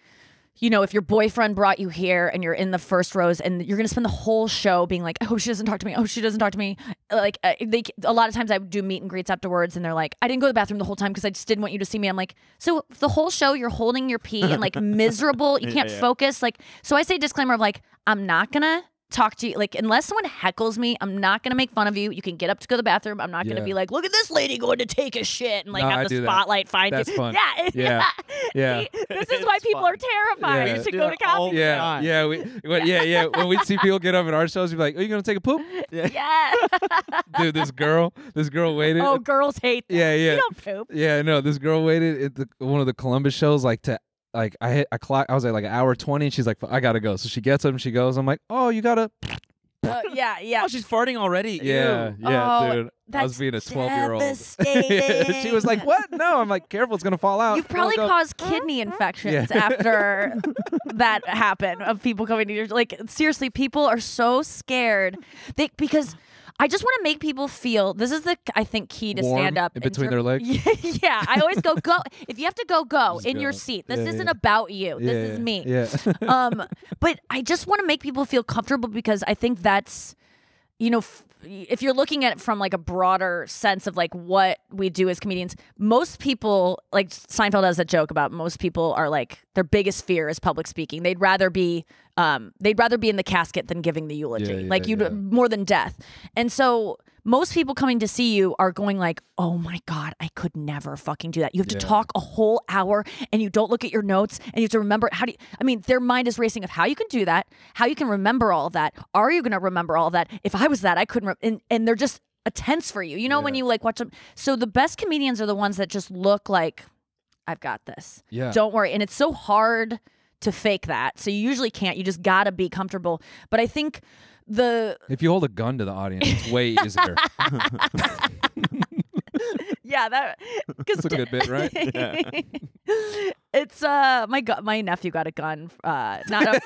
Speaker 2: you know, if your boyfriend brought you here and you're in the first rows and you're gonna spend the whole show being like, I hope she doesn't talk to me. I hope she doesn't talk to me. Like, uh, they a lot of times I do meet and greets afterwards and they're like, I didn't go to the bathroom the whole time because I just didn't want you to see me. I'm like, so the whole show you're holding your pee and like miserable, you can't focus. Like, so I say disclaimer of like, I'm not gonna. Talk to you like unless someone heckles me, I'm not gonna make fun of you. You can get up to go to the bathroom. I'm not
Speaker 1: Yeah.
Speaker 2: gonna be like, look at this lady going to take a shit and like
Speaker 1: No, I
Speaker 2: have
Speaker 1: do
Speaker 2: the
Speaker 1: that.
Speaker 2: spotlight find
Speaker 1: That's
Speaker 2: you.
Speaker 1: fun.
Speaker 2: Yeah,
Speaker 1: Yeah. Yeah.
Speaker 2: See, this is why
Speaker 3: It's
Speaker 2: people
Speaker 3: fun.
Speaker 2: are terrified
Speaker 1: Yeah.
Speaker 2: to
Speaker 3: Do
Speaker 2: go to
Speaker 3: that all
Speaker 2: comedy.
Speaker 1: yeah,
Speaker 3: time.
Speaker 1: yeah, we, when, yeah, yeah. When we see people get up in our shows, we'd be like, "Are you gonna take a poop,
Speaker 2: Yeah.
Speaker 1: dude?" This girl, this girl waited.
Speaker 2: oh, girls hate. That.
Speaker 1: Yeah, yeah.
Speaker 2: You don't poop.
Speaker 1: yeah, no, this girl waited at the one of the Columbus shows, like to like I hit I clock. I was at like an hour twenty, and she's like, "I gotta go." So she gets up and she goes. I'm like, "Oh, you gotta."
Speaker 2: Uh, yeah, yeah.
Speaker 3: Oh, she's farting already.
Speaker 1: Yeah,
Speaker 3: Ew.
Speaker 1: yeah,
Speaker 2: Oh,
Speaker 1: dude. I was
Speaker 2: that's
Speaker 1: being a twelve year old.
Speaker 2: devastating.
Speaker 1: she was like, "What? No!" I'm like, "Careful, it's gonna fall out."
Speaker 2: You've probably
Speaker 1: Don't go."
Speaker 2: caused kidney infections after that happened of people coming to your like seriously, people are so scared. They because I just want to make people feel this is the I think key to
Speaker 1: Warm
Speaker 2: stand up
Speaker 1: in
Speaker 2: in
Speaker 1: between
Speaker 2: ter-
Speaker 1: their legs?
Speaker 2: yeah, I always go go if you have to go go
Speaker 1: Just
Speaker 2: in your
Speaker 1: go.
Speaker 2: seat. This
Speaker 1: Yeah,
Speaker 2: isn't
Speaker 1: yeah.
Speaker 2: about you.
Speaker 1: Yeah,
Speaker 2: this is
Speaker 1: yeah,
Speaker 2: me.
Speaker 1: Yeah,
Speaker 2: um, but I just want to make people feel comfortable because I think that's, you know, f- if you're looking at it from like a broader sense of like what we do as comedians, most people, like Seinfeld has a joke about most people are like their biggest fear is public speaking. They'd rather be, um, they'd rather be in the casket than giving the eulogy,
Speaker 1: Yeah, yeah,
Speaker 2: like you
Speaker 1: yeah.
Speaker 2: would more than death. And so most people coming to see you are going like, "Oh my god, I could never fucking do that." You have to
Speaker 1: Yeah.
Speaker 2: talk a whole hour and you don't look at your notes and you have to remember how do you I mean, their mind is racing of how you can do that, how you can remember all of that. Are you going to remember all of that? If I was that, I couldn't re- and and they're just a tense for you. You know when
Speaker 1: Yeah.
Speaker 2: you like watch them. So the best comedians are the ones that just look like I've got this.
Speaker 1: yeah.
Speaker 2: Don't worry. And it's so hard to fake that. So you usually can't. You just got to be comfortable. But I think the
Speaker 1: If you hold a gun to the audience, it's way easier.
Speaker 2: yeah that
Speaker 1: That's a good bit, right?
Speaker 2: it's uh my gu- my nephew got a gun uh not a-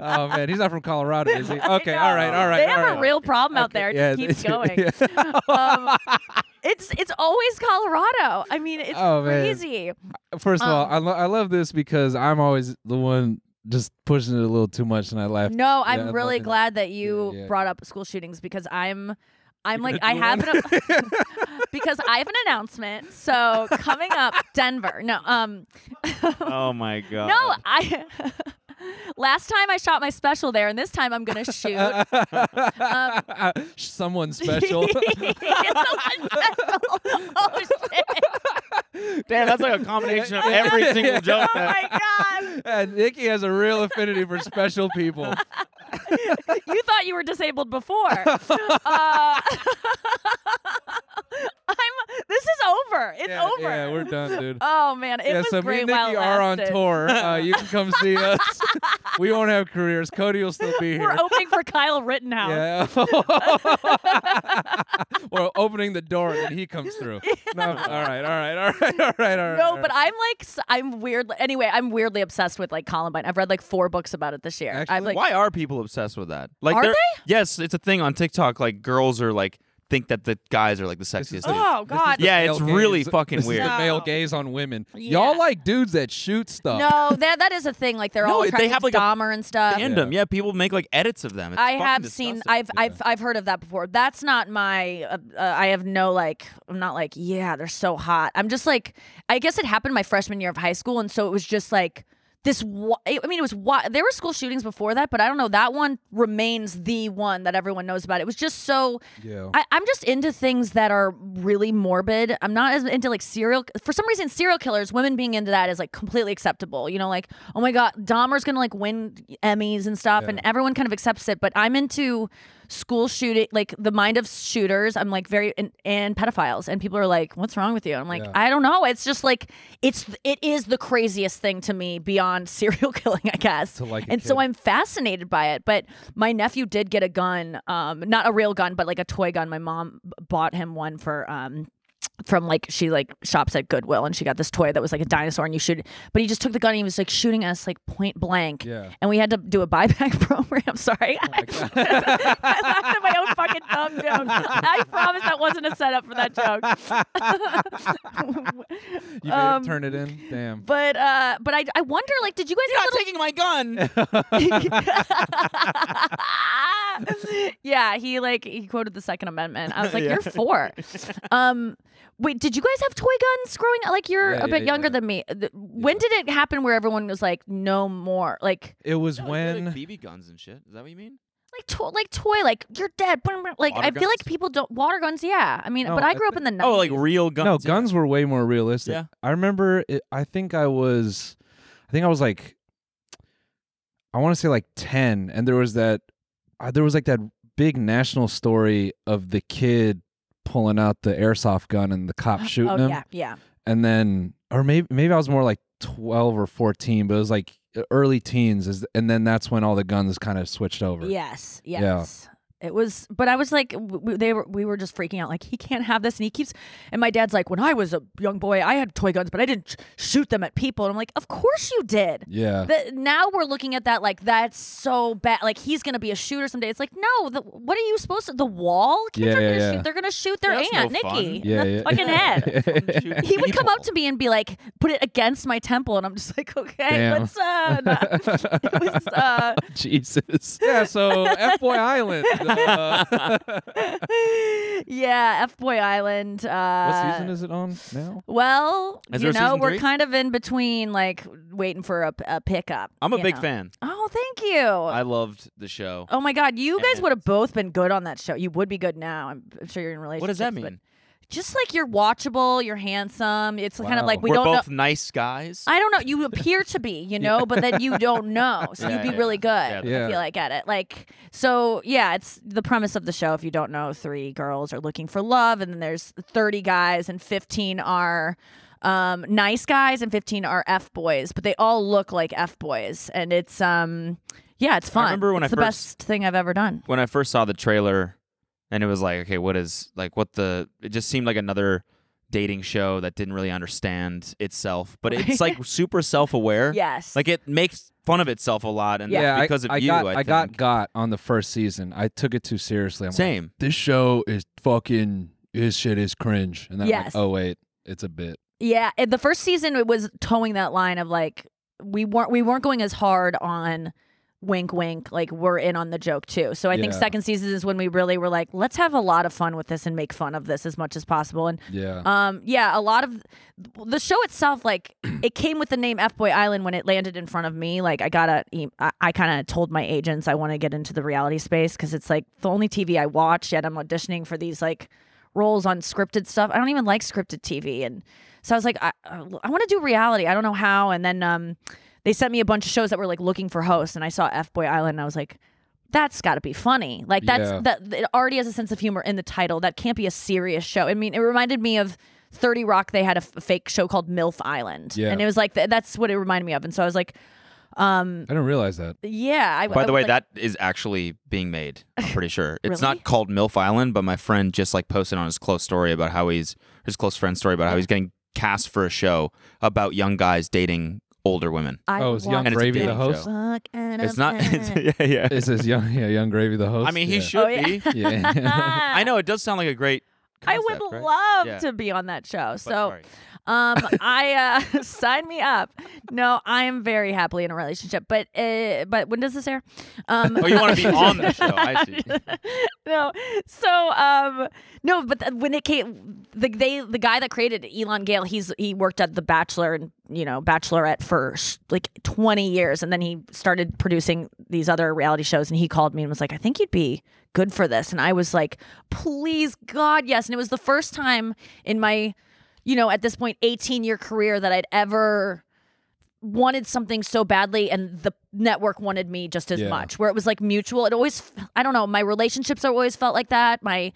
Speaker 1: oh man, he's not from Colorado, is he?
Speaker 2: I
Speaker 1: Okay,
Speaker 2: know.
Speaker 1: all right, all right.
Speaker 2: they have
Speaker 1: all
Speaker 2: a
Speaker 1: right.
Speaker 2: real problem out
Speaker 1: Okay,
Speaker 2: there it
Speaker 1: yeah,
Speaker 2: just keeps
Speaker 1: they do,
Speaker 2: going
Speaker 1: yeah.
Speaker 2: um, it's it's always Colorado I mean it's
Speaker 1: Oh, man.
Speaker 2: crazy
Speaker 1: First of all,
Speaker 2: Um,
Speaker 1: I, lo- I love this because I'm always the one just pushing it a little too much, and I laugh.
Speaker 2: no
Speaker 1: Yeah,
Speaker 2: I'm
Speaker 1: I'm
Speaker 2: really
Speaker 1: looking at-
Speaker 2: glad that you
Speaker 1: yeah, yeah.
Speaker 2: brought up school shootings because I'm I'm
Speaker 1: You're
Speaker 2: like I
Speaker 1: gonna
Speaker 2: have
Speaker 1: do
Speaker 2: an because I have an announcement so coming up Denver no um
Speaker 3: Oh my god.
Speaker 2: No, I. last time I shot my special there, and this time I'm gonna shoot.
Speaker 1: Someone special.
Speaker 2: oh shit!
Speaker 3: Damn, that's like a combination of every single
Speaker 2: Oh
Speaker 3: joke. that-
Speaker 2: my god!
Speaker 1: Uh, Nikki has a real affinity for special people.
Speaker 2: You thought you were disabled before. Uh, I'm. This is it's over. It's
Speaker 1: yeah,
Speaker 2: over.
Speaker 1: yeah, we're done, dude.
Speaker 2: Oh man, it
Speaker 1: yeah,
Speaker 2: was
Speaker 1: so
Speaker 2: great.
Speaker 1: me and
Speaker 2: while
Speaker 1: Nikki
Speaker 2: it
Speaker 1: are on
Speaker 2: lasted.
Speaker 1: tour. Uh, you can come see us. we won't have careers. Cody will still be here.
Speaker 2: We're opening for Kyle Rittenhouse.
Speaker 1: Yeah. We're opening the door and he comes through. No, all right, all right, all right, all right, all right.
Speaker 2: No, but I'm like s- I'm weirdly anyway. I'm weirdly obsessed with like Columbine. I've read like four books about it this year. I'm
Speaker 1: Actually?
Speaker 2: like,
Speaker 3: Why are people obsessed with that? Like,
Speaker 2: Are
Speaker 3: they're-
Speaker 2: they?
Speaker 3: Yes, it's a thing on TikTok. Like, girls are like think that the guys are like the
Speaker 1: This is
Speaker 3: sexiest.
Speaker 1: the-
Speaker 3: dudes.
Speaker 2: oh
Speaker 1: this is
Speaker 2: god,
Speaker 1: the
Speaker 3: Yeah,
Speaker 1: male
Speaker 3: it's really
Speaker 1: gaze-
Speaker 3: fucking
Speaker 1: this is
Speaker 3: weird.
Speaker 1: the male gaze on women. Y'all
Speaker 2: Yeah.
Speaker 1: like dudes that shoot stuff.
Speaker 2: no, that that is a thing. Like they're
Speaker 3: No,
Speaker 2: all
Speaker 3: they
Speaker 2: attracted
Speaker 3: have,
Speaker 2: to
Speaker 3: like, a
Speaker 2: Dahmer and stuff.
Speaker 3: Fandom. um, Yeah. people make like edits of them. It's
Speaker 2: I
Speaker 3: fucking
Speaker 2: have seen.
Speaker 3: disgusting.
Speaker 2: I've I've I've heard of that before. That's not my. Uh, uh, I have no like. I'm not like. Yeah, they're so hot. I'm just like. I guess it happened my freshman year of high school, and so it was just like this. Wa- I mean, it was. Wa- there were school shootings before that, but I don't know. That one remains the one that everyone knows about. It was just so.
Speaker 1: Yeah.
Speaker 2: I, I'm just into things that are really morbid. I'm not as into like serial. For some reason, serial killers, women being into that is like completely acceptable. You know, like oh my god, Dahmer's gonna like win Emmys and stuff, and everyone kind of accepts it. But I'm into school shooting, like the mind of shooters. I'm like very and, and pedophiles, and people are like, "What's wrong with you?" I'm like,
Speaker 1: Yeah.
Speaker 2: I don't know. It's just like it's it is the craziest thing to me beyond serial killing, I guess.
Speaker 1: To like a
Speaker 2: and so
Speaker 1: kid.
Speaker 2: I'm fascinated by it. But my nephew did get a gun, um, not a real gun, but like a toy gun. My mom b- bought him one for. Um, from like she like shops at Goodwill and she got this toy that was like a dinosaur and you shoot it. but he just took the gun and he was like shooting us like point blank
Speaker 1: Yeah.
Speaker 2: and we had to do a buyback program sorry I laughed at my own fucking dumb joke. I promise that wasn't a setup for that joke.
Speaker 1: You made him
Speaker 2: Um,
Speaker 1: turn it in. Damn.
Speaker 2: but uh, but I, I wonder like, did you guys? have little-
Speaker 3: taking my gun.
Speaker 2: yeah, he like he quoted the Second Amendment. I was like, you're four. Um, wait, did you guys have toy guns growing? up? Like you're
Speaker 1: Yeah,
Speaker 2: a bit
Speaker 1: yeah,
Speaker 2: younger
Speaker 1: yeah.
Speaker 2: than me. Th- When did it happen where everyone was like, no more? Like
Speaker 1: It was
Speaker 3: No, it'd be,
Speaker 1: when.
Speaker 3: like, BB guns and shit. Is that what you mean?
Speaker 2: like toy like toy like you're dead. Like
Speaker 3: Water
Speaker 2: I feel
Speaker 3: guns?
Speaker 2: like people don't water guns. Yeah, I mean,
Speaker 1: No,
Speaker 2: but I
Speaker 1: I
Speaker 2: grew up in the 90s.
Speaker 3: Oh, like real guns.
Speaker 1: no,
Speaker 3: yeah.
Speaker 1: guns were way more realistic.
Speaker 3: Yeah.
Speaker 1: I remember. It, I think I was. I think I was like. I want to say like ten, and there was that. Uh, there was like that big national story of the kid pulling out the airsoft gun and the cop shooting
Speaker 2: oh,
Speaker 1: him.
Speaker 2: yeah, yeah.
Speaker 1: and then or maybe maybe I was more like 12 or 14 but it was like e, early teens is and then that's when all the guns kind of switched over
Speaker 2: Yes,
Speaker 1: Yeah.
Speaker 2: yes. It was, but I was like, w- w- they were, we were just freaking out. Like he can't have this, and he keeps. And my dad's like, when I was a young boy, I had toy guns, but I didn't sh- shoot them at people. And I'm like, of course you did.
Speaker 1: yeah
Speaker 2: The, now we're looking at that like that's so bad. Like he's gonna be a shooter someday. It's like no, the, what are you supposed to? The wall kids
Speaker 1: Yeah,
Speaker 2: are gonna
Speaker 1: yeah, yeah.
Speaker 2: shoot. They're gonna shoot their
Speaker 3: Yeah, that's no
Speaker 2: aunt
Speaker 3: fun.
Speaker 2: Nikki
Speaker 1: Yeah,
Speaker 2: in the
Speaker 1: yeah.
Speaker 2: fucking head.
Speaker 3: head.
Speaker 2: He would come up to me and be like, "Put it against my temple," and I'm just like, "Okay,
Speaker 1: Damn.
Speaker 2: let's." Uh, not- it was, uh,
Speaker 1: Jesus yeah so F-boy Island uh,
Speaker 2: yeah, F Boy Island. Uh,
Speaker 1: what season is it on now
Speaker 2: Well,
Speaker 3: Is
Speaker 2: you
Speaker 3: there a
Speaker 2: know,
Speaker 3: season
Speaker 2: we're
Speaker 3: three?
Speaker 2: kind of in between, like waiting for a, a pickup.
Speaker 3: I'm a
Speaker 2: you
Speaker 3: big
Speaker 2: know.
Speaker 3: fan.
Speaker 2: Oh, thank you.
Speaker 3: I loved the show.
Speaker 2: oh my God, you guys
Speaker 3: And-
Speaker 2: would have both been good on that show. You would be good now. I'm, I'm sure you're in a relationship.
Speaker 3: what does that mean?
Speaker 2: Just like you're watchable, you're handsome. It's kind
Speaker 1: Wow.
Speaker 2: of like we
Speaker 3: We're
Speaker 2: don't
Speaker 3: both
Speaker 2: know.
Speaker 3: nice guys.
Speaker 2: I don't know. You appear to be, you know, but then you don't know. So
Speaker 3: Yeah,
Speaker 2: you'd be
Speaker 3: yeah,
Speaker 2: really good.
Speaker 3: yeah.
Speaker 1: Yeah.
Speaker 2: I feel like at it. Like so, yeah. It's the premise of the show. If you don't know, three girls are looking for love, and then there's thirty guys, and fifteen are um nice guys and 15 are f boys but they all look like f boys and it's um yeah it's fun
Speaker 3: remember when
Speaker 2: it's
Speaker 3: I
Speaker 2: the best
Speaker 3: first-
Speaker 2: thing i've ever done
Speaker 3: when I first saw the trailer, and it was like, okay, what is like what the? It just seemed like another dating show that didn't really understand itself, but it's like super self-aware.
Speaker 2: yes
Speaker 3: like it makes fun of itself a lot, and
Speaker 2: Yeah,
Speaker 3: that's because
Speaker 1: I,
Speaker 3: of you,
Speaker 1: got,
Speaker 3: I,
Speaker 1: I, got
Speaker 3: think.
Speaker 1: got on the first season I took it too seriously I'm like,
Speaker 3: Same.
Speaker 1: this show is fucking this shit is cringe and then
Speaker 2: Yes.
Speaker 1: I'm like oh wait it's a bit
Speaker 2: Yeah, and the first season it was towing that line of like we weren't we weren't going as hard on wink wink like we're in on the joke too. So I think
Speaker 1: Yeah.
Speaker 2: second season is when we really were like let's have a lot of fun with this and make fun of this as much as possible and
Speaker 1: yeah
Speaker 2: um yeah, a lot of the show itself like it came with the name F Boy Island when it landed in front of me like I got a e- I, I kind of told my agents I want to get into the reality space cuz it's like the only TV I watch yet I'm auditioning for these like roles on scripted stuff. I don't even like scripted TV. And so I was like, I, I want to do reality. I don't know how. And then um, they sent me a bunch of shows that were like looking for hosts. And I saw F Boy Island and I was like, that's got to be funny. Like that's
Speaker 1: Yeah.
Speaker 2: that it already has a sense of humor in the title. That can't be a serious show. I mean, it reminded me of 30 Rock, they had a f- fake show called MILF Island.
Speaker 1: Yeah.
Speaker 2: And it was like, th- that's what it reminded me of. And so I was like, um,
Speaker 1: I didn't realize that.
Speaker 2: yeah. I,
Speaker 3: By
Speaker 2: I
Speaker 3: the way,
Speaker 2: was like,
Speaker 3: that is actually being made. I'm pretty sure it's
Speaker 2: Really?
Speaker 3: not called MILF Island, but my friend just like posted on his close story about how he's his close friend's story about how he's getting cast for a show about young guys dating older women.
Speaker 2: I
Speaker 1: Oh, is
Speaker 2: want
Speaker 1: Young
Speaker 3: And it's a
Speaker 1: Gravy the
Speaker 3: dating
Speaker 1: host?
Speaker 3: show.
Speaker 2: Fuck and
Speaker 3: It's not.
Speaker 2: It's,
Speaker 3: It's, yeah, yeah.
Speaker 1: It says Young, yeah, Young Gravy the host.
Speaker 3: I mean, he
Speaker 1: yeah.
Speaker 3: should
Speaker 2: Oh, yeah.
Speaker 3: be.
Speaker 1: Yeah.
Speaker 3: I know it does sound like a great.
Speaker 2: I
Speaker 3: Concept,
Speaker 2: would
Speaker 3: right?
Speaker 2: love
Speaker 3: Yeah.
Speaker 2: to be on that show.
Speaker 3: But
Speaker 2: so,
Speaker 3: sorry.
Speaker 2: Um, I uh, sign me up. No, I am very happily in a relationship, but uh, but when does this air? Um,
Speaker 3: Oh, you want to be on the show? I see.
Speaker 2: no, so um, no, but th- when it came, the they the guy that created it, Elon Gale, he's he worked at The Bachelor and you know Bachelorette for sh- like twenty years, and then he started producing these other reality shows, and he called me and was like, I think you'd be good for this, and I was like, please God, yes, and it was the first time in my you know, at this point, 18 year career that I'd ever wanted something so badly and the network wanted me just as
Speaker 1: Yeah.
Speaker 2: much, where it was like mutual. It always, I don't know, my relationships have always felt like that. My,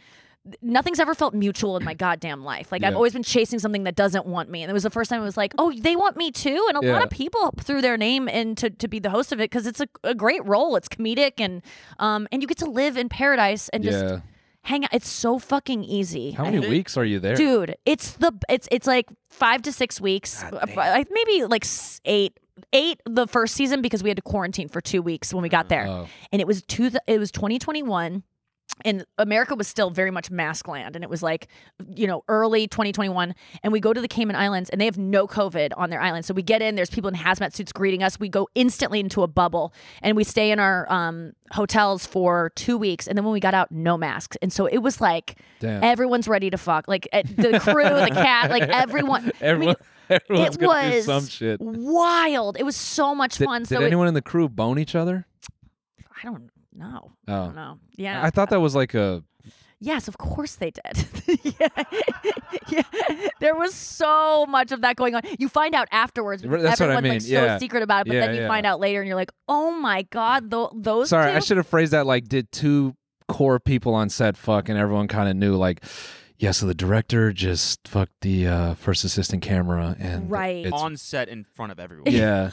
Speaker 2: nothing's ever felt mutual in my goddamn life. Like I've
Speaker 1: Yeah.
Speaker 2: always been chasing something that doesn't want me. And it was the first time it was like, oh, they want me too. And a lot
Speaker 1: Yeah.
Speaker 2: of people threw their name in to, to be the host of it because it's a, a great role. It's comedic and, um, and you get to live in paradise and just
Speaker 1: Yeah.
Speaker 2: hang out. It's so fucking easy.
Speaker 1: How
Speaker 2: I
Speaker 1: many weeks are you there?
Speaker 2: dude it's the it's it's like five to six weeks Uh, I- maybe like s- eight eight the first season because we had to quarantine for two weeks when we got there
Speaker 1: Oh.
Speaker 2: and it was two th- it was 2021 and America was still very much mask land, and it was like, you know, early 2021. And we go to the Cayman Islands, and they have no COVID on their island. So we get in. There's people in hazmat suits greeting us. We go instantly into a bubble, and we stay in our um, hotels for two weeks. And then when we got out, no masks. And so it was like
Speaker 1: Damn.
Speaker 2: everyone's ready to fuck. Like uh, the crew, the cat, like everyone. I mean,
Speaker 1: Everyone, everyone's
Speaker 2: it
Speaker 1: gonna
Speaker 2: was
Speaker 1: do some shit.
Speaker 2: wild. It was so much
Speaker 1: Did,
Speaker 2: fun.
Speaker 1: did
Speaker 2: so it-
Speaker 1: anyone in the crew bone each other?
Speaker 2: I don't know. I
Speaker 1: Oh.
Speaker 2: don't know. Yeah.
Speaker 1: I I thought that was like a
Speaker 2: Yes, of course they did. yeah. yeah. There was so much of that going on. You find out afterwards because
Speaker 1: That's what I
Speaker 2: everyone's like
Speaker 1: mean.
Speaker 2: so
Speaker 1: Yeah.
Speaker 2: secret about it, but
Speaker 1: Yeah,
Speaker 2: then you
Speaker 1: yeah.
Speaker 2: find out later and you're like, "Oh my god, tho- those
Speaker 1: Sorry,
Speaker 2: two?
Speaker 1: I should have phrased that like did two core people on set fuck and everyone kind of knew like yeah, so the director just fucked the uh, first assistant camera and
Speaker 2: Right.
Speaker 1: it's-
Speaker 3: on set in front of everyone.
Speaker 1: yeah,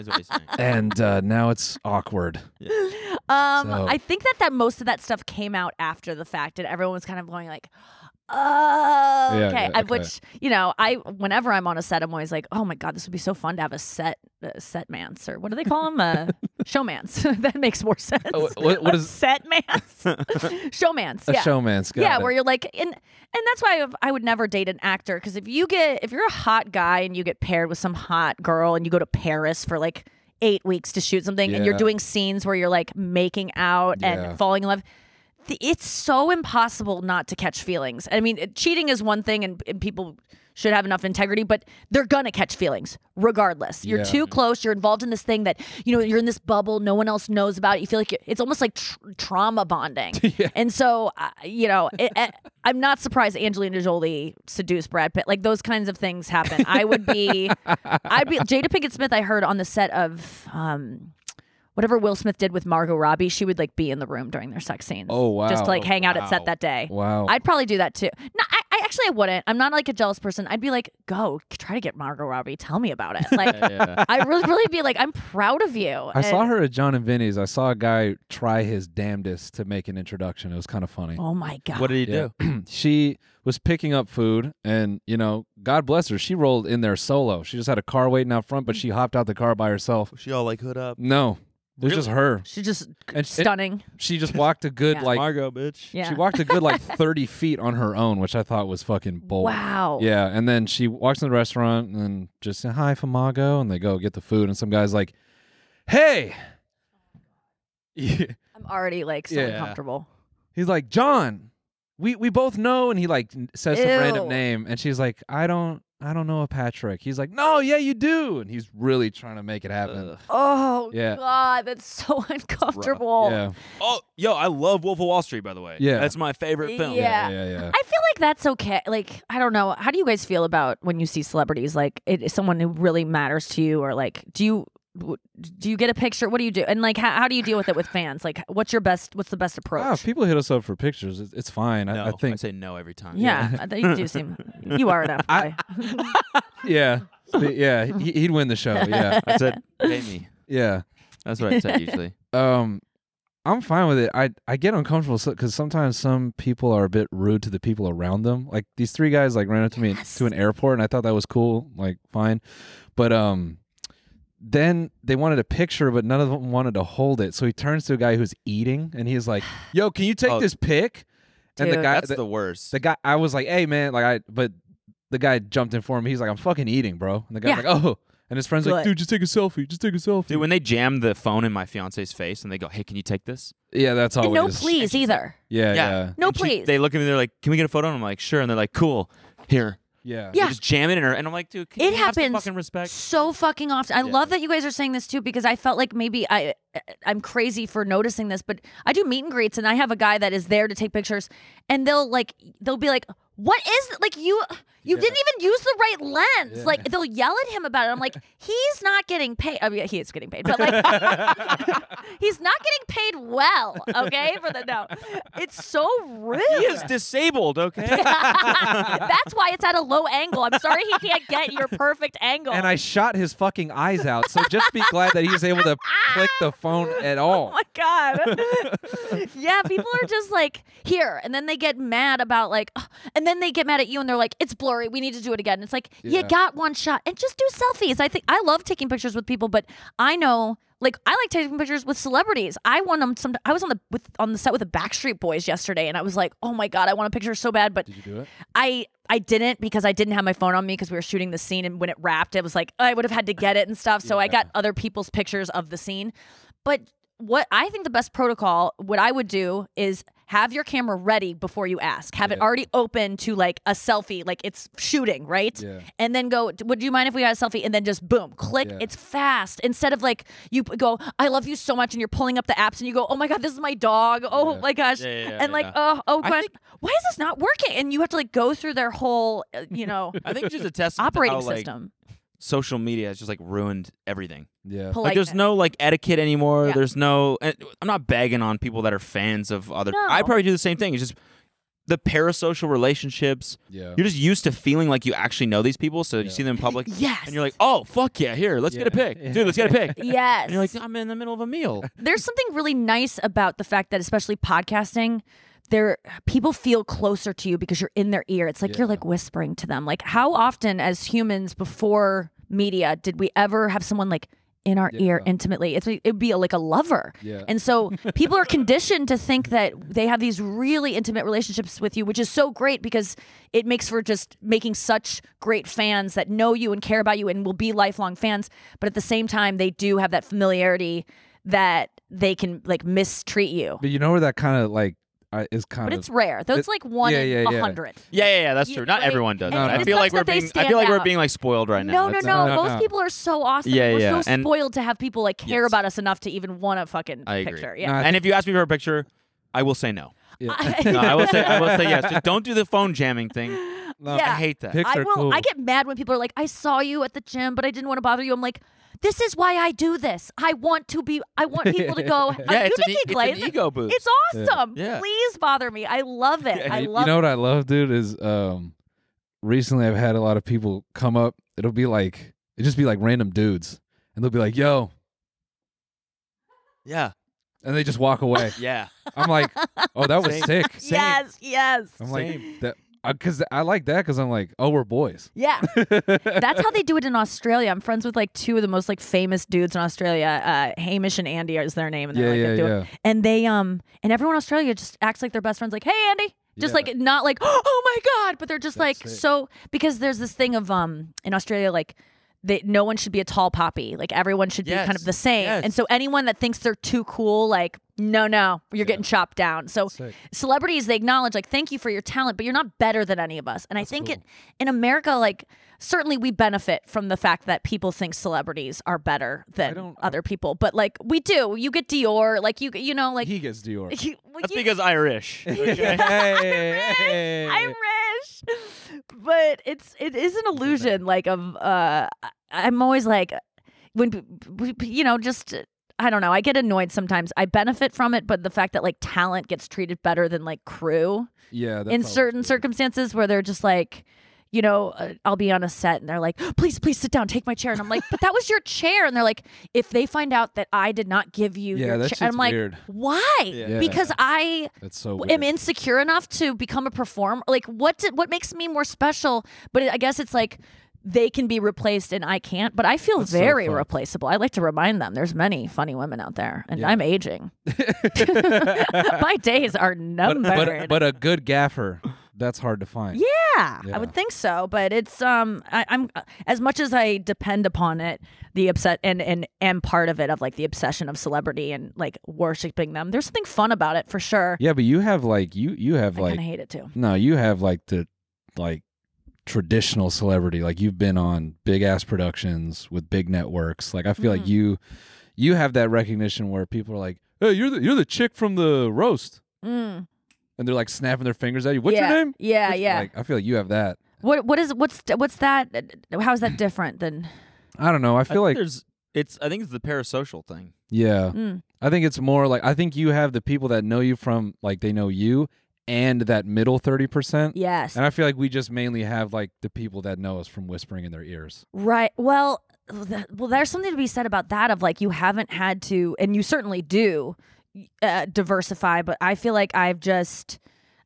Speaker 3: is what he's saying.
Speaker 1: and uh, now it's awkward.
Speaker 2: Um,
Speaker 1: So-
Speaker 2: I think that that most of that stuff came out after the fact, and everyone was kind of going like, "Oh,
Speaker 1: Yeah,
Speaker 2: okay."
Speaker 1: yeah,
Speaker 2: I-
Speaker 1: okay.
Speaker 2: Which you know, I whenever I'm on a set, I'm always like, "Oh my god, this would be so fun to have a set uh, set manse or what do they call them? Uh, showmans." that makes more sense.
Speaker 1: wha- Oh, what- what
Speaker 2: A
Speaker 1: is-
Speaker 2: set mans? showmans.
Speaker 1: A
Speaker 2: yeah.
Speaker 1: showman's got
Speaker 2: yeah,
Speaker 1: it.
Speaker 2: where you're like, and and that's why I've- I would never date an actor because if you get if you're a hot guy and you get paired with some hot girl and you go to Paris for like eight weeks to shoot something and you're
Speaker 1: Yeah.
Speaker 2: doing scenes where you're like making out
Speaker 1: Yeah.
Speaker 2: and falling in love. th- It's so impossible not to catch feelings. I mean, it- cheating is one thing, and, and people should have enough integrity, but they're gonna catch feelings regardless. You're
Speaker 1: Yeah.
Speaker 2: too close. You're involved in this thing that you know you're in this bubble. No one else knows about it. You feel like you- it's almost like tr- trauma bonding. And so, uh, you know, it, it- I'm not surprised Angelina Jolie seduced Brad Pitt. Like those kinds of things happen. I would be, I'd be Jada Pinkett Smith. I heard on the set of. Um, Whatever Will Smith did with Margot Robbie, she would like be in the room during their sex scenes.
Speaker 1: Oh,
Speaker 2: Just to
Speaker 1: wow.
Speaker 2: like hang out at set that day.
Speaker 1: Wow.
Speaker 2: I'd probably do that too. No, I, I actually I wouldn't. I'm not like a jealous person. I'd be like, go try to get Margot Robbie. Tell me about it. Like, I would really, really be like, I'm proud of you.
Speaker 1: I saw her at John and Vinny's. I saw a guy try his damnedest to make an introduction. It was kind of funny.
Speaker 2: Oh my god.
Speaker 3: What did he do?
Speaker 1: Yeah. she was picking up food and you know god bless her she rolled in there solo she just had a car waiting out front but she hopped out the car by herself
Speaker 3: Mm. She all like hood up.
Speaker 1: no it was just her
Speaker 2: She's just
Speaker 1: And-
Speaker 2: stunning.
Speaker 1: she just walked a good
Speaker 2: Yeah.
Speaker 1: like
Speaker 3: Margot, bitch.
Speaker 2: yeah.
Speaker 1: she walked a good like 30 feet on her own which i thought was fucking bold
Speaker 2: Wow.
Speaker 1: yeah and then she walks in the restaurant and just said hi famago and they go get the food and some guy's like hey
Speaker 2: Oh I'm already like so
Speaker 1: Yeah.
Speaker 2: uncomfortable.
Speaker 1: He's like, John, we we both know, and he like n- says some random
Speaker 2: Ew.
Speaker 1: name, and she's like, I don't, I don't know a Patrick. He's like, No, yeah, you do, and he's really trying to make it happen.
Speaker 2: Oh
Speaker 1: Yeah.
Speaker 2: god, that's so uncomfortable.
Speaker 1: Yeah,
Speaker 3: Oh, yo, I love Wolf of Wall Street, by the way.
Speaker 1: Yeah.
Speaker 3: That's my favorite film.
Speaker 2: Yeah.
Speaker 1: yeah, yeah. yeah.
Speaker 2: I feel like that's okay. Like I don't know. How do you guys feel about when you see celebrities like it is someone who really matters to you or like do you w- do you get a picture? What do you do? And like, how, how do you deal with it with fans? Like, what's your best? What's the best approach?
Speaker 1: Ah, if people hit us up for pictures. It's, it's fine.
Speaker 3: No,
Speaker 1: I, I think.
Speaker 3: say no every time.
Speaker 2: yeah, I think you do seem you are an F guy.
Speaker 1: yeah. yeah. he- He'd win the show. Yeah.
Speaker 3: I said, pay me.
Speaker 1: Yeah.
Speaker 3: That's what I said usually.
Speaker 1: Um, I'm fine with it. I I get uncomfortable because sometimes some people are a bit rude to the people around them. Like these three guys like ran up to me at- to an airport, and I thought that was cool. Like fine, but um, then they wanted a picture, but none of them wanted to hold it. So he turns to a guy who's eating, and he's like, "Yo, can you take
Speaker 3: Oh.
Speaker 1: this pic?" And the
Speaker 2: Dude.
Speaker 1: guy,
Speaker 3: That's
Speaker 1: the,
Speaker 3: the worst.
Speaker 1: the guy, I was like, "Hey man," like I, but the guy jumped in for me. He's like, "I'm fucking eating, bro." And the guy's
Speaker 2: Yeah.
Speaker 1: like, "Oh," and his friends like,
Speaker 2: Good.
Speaker 1: "Dude, just take a selfie. Just take a selfie."
Speaker 3: Dude, when they jam the phone in my fiance's face and they go, "Hey, can you take this?"
Speaker 1: yeah, that's always
Speaker 2: And no, please either.
Speaker 3: Uh,
Speaker 1: Yeah, yeah,
Speaker 2: No,
Speaker 3: And she-
Speaker 2: please.
Speaker 3: they look at me. They're like, "Can we get a photo?" And I'm like, "Sure." And they're like, "Cool, here."
Speaker 1: yeah,
Speaker 3: They
Speaker 2: Yeah.
Speaker 3: Just jam it in her, and I'm like, "Dude, can
Speaker 2: It
Speaker 3: you have some
Speaker 2: happens
Speaker 3: Fucking respect."
Speaker 2: so fucking often. I love that you guys are saying this too because I felt like maybe I eh, I'm crazy for noticing this, but I do meet and greets and I have a guy that is there to take pictures and they'll like they'll be like what is th- like you uh, you didn't even use the right lens. Like they'll yell at him about it. I'm like, he's not getting paid. I mean, he is getting paid, but like he's not getting paid well, okay? For the no. It's so rude.
Speaker 3: He is disabled. Okay.
Speaker 2: That's why it's at a low angle. I'm sorry he can't get your perfect angle.
Speaker 1: and I shot his fucking eyes out. So just be glad that he was able to click the phone at all.
Speaker 2: Oh my god. yeah, people are just like here, and then they get mad about like, "Ugh," and then they get mad at you, and they're like, "It's blurry. We need to do it again." It's like
Speaker 1: Yeah.
Speaker 2: you got one shot, and just do selfies. I think I love taking pictures with people, but I know. Like I like taking pictures with celebrities. I want them. Some I was on the with on the set with the Backstreet Boys yesterday, and I was like, "Oh my god, I want a picture so bad." But
Speaker 1: Did you do it?
Speaker 2: I I didn't because I didn't have my phone on me because we were shooting the scene and when it wrapped, it was like I would have had to get it and stuff. So I got other people's pictures of the scene. But what I think the best protocol, what I would do is have your camera ready before you ask. Have it already open to like a selfie, like it's shooting, right?
Speaker 1: Yeah.
Speaker 2: And then go, "D- would you mind if we got a selfie? And then just boom, click.
Speaker 1: Yeah.
Speaker 2: It's fast. Instead of like you p- go, I love you so much, and you're pulling up the apps and you go, oh my God, this is my dog. Oh
Speaker 1: Yeah.
Speaker 2: my gosh.
Speaker 3: Yeah, yeah, yeah,
Speaker 2: and like,
Speaker 3: yeah.
Speaker 2: oh, oh
Speaker 3: I
Speaker 2: gosh,
Speaker 3: think-
Speaker 2: why is this not working? And you have to like go through their whole, uh, you know,
Speaker 3: I think it's just a test
Speaker 2: operating
Speaker 3: how, like,
Speaker 2: system.
Speaker 3: Social media has just like ruined everything.
Speaker 1: Yeah.
Speaker 3: Like, there's
Speaker 2: Politeness.
Speaker 3: no like etiquette anymore.
Speaker 2: Yeah.
Speaker 3: There's no. and I'm not bagging on people that are fans of other.
Speaker 2: No.
Speaker 3: I probably do the same thing. It's just the parasocial relationships.
Speaker 1: Yeah.
Speaker 3: You're just used to feeling like you actually know these people, so you
Speaker 1: Yeah.
Speaker 3: see them in public,
Speaker 2: Yes.
Speaker 3: and you're like, "Oh fuck yeah, here, let's get a
Speaker 1: Yeah.
Speaker 3: pic, dude, let's get a pic."
Speaker 2: yes.
Speaker 3: And you're like, "I'm in the middle of a meal."
Speaker 2: there's something really nice about the fact that especially podcasting there people feel closer to you because you're in their ear it's like you're like whispering to them like how often as humans before media did we ever have someone like in our ear intimately it's, it'd be like a lover
Speaker 1: Yeah.
Speaker 2: and so people are conditioned to think that they have these really intimate relationships with you which is so great because it makes for just making such great fans that know you and care about you and will be lifelong fans but at the same time they do have that familiarity that they can like mistreat you.
Speaker 1: But you know where that kind of like I, is kind
Speaker 2: But
Speaker 1: of.
Speaker 2: it's rare. That's
Speaker 1: it-
Speaker 2: like one
Speaker 1: yeah,
Speaker 2: in
Speaker 1: yeah,
Speaker 2: a
Speaker 1: yeah.
Speaker 2: hundred.
Speaker 3: Yeah, yeah, yeah, that's
Speaker 2: You-
Speaker 3: true. Not
Speaker 2: like-
Speaker 3: everyone does.
Speaker 2: No,
Speaker 3: that.
Speaker 1: no.
Speaker 3: I feel like
Speaker 2: Sometimes
Speaker 3: we're
Speaker 2: they
Speaker 3: being. I feel like
Speaker 2: stand
Speaker 3: we're
Speaker 2: out.
Speaker 3: being like spoiled right
Speaker 2: No,
Speaker 3: now.
Speaker 2: no,
Speaker 3: That's-
Speaker 2: no,
Speaker 1: No, no,
Speaker 2: Most
Speaker 1: no.
Speaker 2: people are so awesome.
Speaker 3: Yeah,
Speaker 2: We're
Speaker 3: yeah,
Speaker 2: so
Speaker 3: and-
Speaker 2: spoiled to have people like care
Speaker 3: Yes.
Speaker 2: about us enough to even want a fucking
Speaker 3: I agree.
Speaker 2: picture. Yeah.
Speaker 1: No,
Speaker 3: And if you ask me for a picture, I will say no. No,
Speaker 2: I,
Speaker 3: I will say I will say yes. Just don't do the phone jamming thing.
Speaker 1: No,
Speaker 3: I
Speaker 2: yeah.
Speaker 3: hate that.
Speaker 1: Pics
Speaker 2: I
Speaker 1: are
Speaker 2: will.
Speaker 1: cool.
Speaker 2: I get mad when people are like, "I saw you at the gym, but I didn't want to bother you." I'm like, "This is why I do this. I want to be. I want people to go. are
Speaker 3: Yeah, it's
Speaker 2: you
Speaker 3: an, e-
Speaker 2: Nikki
Speaker 3: it's
Speaker 2: Glaze?
Speaker 3: an ego boost.
Speaker 2: It's awesome.
Speaker 3: Yeah.
Speaker 2: Please bother me. I love it.
Speaker 3: Yeah,
Speaker 2: I
Speaker 3: you- you
Speaker 2: love
Speaker 1: you know what I love, dude, is um recently I've had a lot of people come up. It'll be like it just be like random dudes. And they'll be like, yo,
Speaker 3: yeah,
Speaker 1: and they just walk away.
Speaker 3: yeah.
Speaker 1: I'm like, oh, that was
Speaker 3: Same.
Speaker 1: sick.
Speaker 2: it. Yes, yes.
Speaker 1: I'm
Speaker 3: Same.
Speaker 1: like, that, because I like that because I'm like, oh, we're boys.
Speaker 2: Yeah. That's how they do it in Australia. I'm friends with like two of the most like famous dudes in Australia. Uh, Hamish and Andy is their name, and they're
Speaker 1: Yeah,
Speaker 2: like
Speaker 1: yeah,
Speaker 2: they do it. and they um and everyone in Australia just acts like their best friends. Like, hey, Andy, just
Speaker 1: Yeah.
Speaker 2: like not like oh my god, but they're just
Speaker 1: That's
Speaker 2: like
Speaker 1: sick.
Speaker 2: so because there's this thing of um in Australia like. That no one should be a tall poppy. Like everyone should be kind
Speaker 3: Yes.
Speaker 2: of the same.
Speaker 3: Yes.
Speaker 2: And so anyone that thinks they're too cool, like, no, no, you're getting chopped down. So
Speaker 1: Sick.
Speaker 2: celebrities they acknowledge like thank you for your talent but you're not better than any of us and i think it in america like certainly we benefit from the fact that people think celebrities are better than
Speaker 1: don't-
Speaker 2: other people but like we do you get dior like you you know like
Speaker 1: He gets Dior.
Speaker 2: you- well,
Speaker 3: That's
Speaker 2: you-
Speaker 3: because Irish.
Speaker 1: Hey, hey, hey.
Speaker 2: Irish. But it's it is an illusion like of uh I- I'm always like when p- p- p- you know just uh, i don't know i get annoyed sometimes i benefit from it but the fact that like talent gets treated better than like crew
Speaker 1: Yeah. that's
Speaker 2: in
Speaker 1: always
Speaker 2: certain
Speaker 1: weird.
Speaker 2: circumstances where they're just like you know uh, i'll be on a set and they're like please please sit down take my chair and i'm like but that was your chair and they're like if they find out that i did not give you
Speaker 1: Yeah,
Speaker 2: your
Speaker 1: that
Speaker 2: chair
Speaker 1: shit's
Speaker 2: i'm like
Speaker 1: weird.
Speaker 2: why
Speaker 1: Yeah.
Speaker 2: because i
Speaker 1: That's so
Speaker 2: w-
Speaker 1: weird.
Speaker 2: am insecure enough to become a performer like what did, what makes me more special but i guess it's like they can be replaced and i can't but i feel
Speaker 1: That's so
Speaker 2: very
Speaker 1: fucked.
Speaker 2: replaceable i like to remind them there's many funny women out there and
Speaker 1: Yeah.
Speaker 2: i'm aging my days are
Speaker 1: but,
Speaker 2: numbered
Speaker 1: but, but a good gaffer, that's hard to find. Yeah.
Speaker 2: yeah,
Speaker 1: Yeah.
Speaker 2: I would think so, but it's um, I, I'm as much as I depend upon it, the upset and and am part of it of like the obsession of celebrity and like worshiping them. There's something fun about it for sure.
Speaker 1: Yeah, but you have like you you have
Speaker 2: I
Speaker 1: like
Speaker 2: kind of hate it too.
Speaker 1: No, you have like the like traditional celebrity. Like you've been on big ass productions with big networks. Like I feel
Speaker 2: Mm-hmm.
Speaker 1: like you you have that recognition where people are like, "Hey, you're the you're the chick from the roast,"
Speaker 2: Mm.
Speaker 1: and they're like snapping their fingers at you. What's
Speaker 2: yeah.
Speaker 1: your name?
Speaker 2: Yeah,
Speaker 1: What's-
Speaker 2: yeah.
Speaker 1: Like I feel like you have that.
Speaker 2: what what is what's what's that? uh, How is that different than?
Speaker 1: I don't know. I feel
Speaker 3: think
Speaker 1: like
Speaker 3: there's it's. I think it's the parasocial thing.
Speaker 1: yeah.
Speaker 2: Mm.
Speaker 1: I think it's more like I think you have the people that know you from like they know you and that middle thirty percent.
Speaker 2: Yes,
Speaker 1: And I feel like we just mainly have like the people that know us from whispering in their ears.
Speaker 2: Right. Well, th- well, there's something to be said about that. Of like, you haven't had to, and you certainly do y- uh, diversify. But I feel like I've just,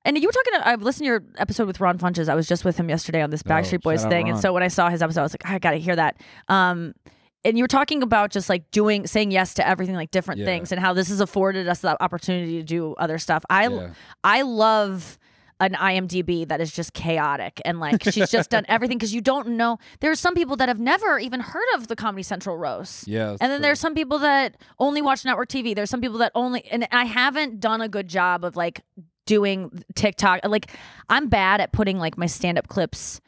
Speaker 2: and you were talking. uh, I've listened to your episode with Ron Funches. I was just with him yesterday on this Backstreet Boys
Speaker 1: Oh, shout out
Speaker 2: thing, and
Speaker 1: Ron.
Speaker 2: so when I saw his episode, I was like, I gotta hear that. Um, and you were talking about just like doing, saying yes to everything, like different
Speaker 1: Yeah.
Speaker 2: things, and how this has afforded us the opportunity to do other stuff. I,
Speaker 1: Yeah.
Speaker 2: I love an IMDb that is just chaotic and like she's just done everything because you don't know. There are some people that have never even heard of the Comedy Central roast.
Speaker 1: Yeah. that's
Speaker 2: And then
Speaker 1: true.
Speaker 2: there's some people that only watch network TV. There's some people that only, and I haven't done a good job of like doing TikTok. Like, I'm bad at putting like my stand up clips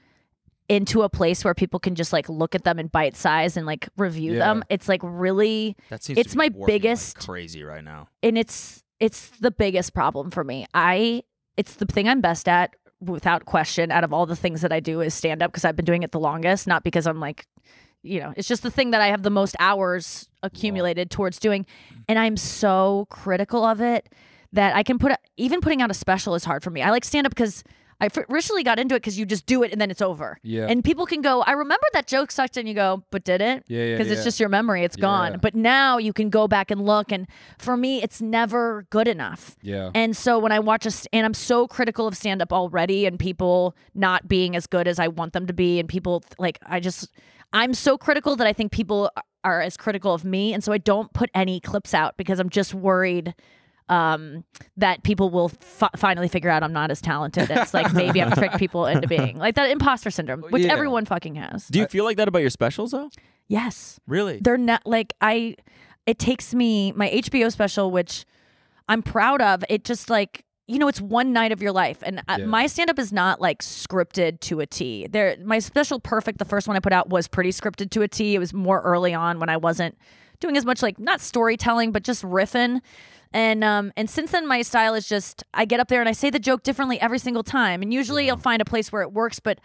Speaker 2: into a place where people can just like look at them in bite size and like review
Speaker 1: Yeah.
Speaker 2: them. It's like really,
Speaker 3: That seems. to
Speaker 2: It's
Speaker 3: be
Speaker 2: my
Speaker 3: warping, like,
Speaker 2: biggest-
Speaker 3: crazy right now.
Speaker 2: and it's it's the biggest problem for me. I it's the thing I'm best at without question out of all the things that I do is stand up because I've been doing it the longest, not because I'm like you know, it's just the thing that I have the most hours accumulated towards doing
Speaker 1: Mm.
Speaker 2: and I'm so critical of it that I can put even putting out a special is hard for me. I like stand up because I fr- originally got into it because you just do it and then it's over.
Speaker 1: Yeah.
Speaker 2: And people can go, I remember that joke sucked, and you go, but did it?
Speaker 1: Yeah, yeah,
Speaker 2: Because it's
Speaker 1: yeah.
Speaker 2: just your memory, it's gone.
Speaker 1: Yeah.
Speaker 2: But now you can go back and look. And for me, it's never good enough.
Speaker 1: Yeah.
Speaker 2: And so when I watch a, st- and I'm so critical of stand up already and people not being as good as I want them to be, and people like, I just, I'm so critical that I think people are as critical of me. And so I don't put any clips out because I'm just worried um, that people will fi- finally figure out I'm not as talented. It's like maybe I've tricked people into being like that imposter syndrome, which
Speaker 1: Yeah.
Speaker 2: everyone fucking has.
Speaker 3: Do you feel like that about your specials though?
Speaker 2: Yes
Speaker 3: Really?
Speaker 2: they're not like I. It takes me my HBO special, which I'm proud of. It just like you know, it's one night of your life, and uh
Speaker 1: Yeah.
Speaker 2: my stand up is not like scripted to a T. There, my special perfect, the first one I put out was pretty scripted to a T. It was more early on when I wasn't doing as much like not storytelling, but just riffing. And um and since then my style is just I get up there and I say the joke differently every single time. And usually I'll find a place where it works, but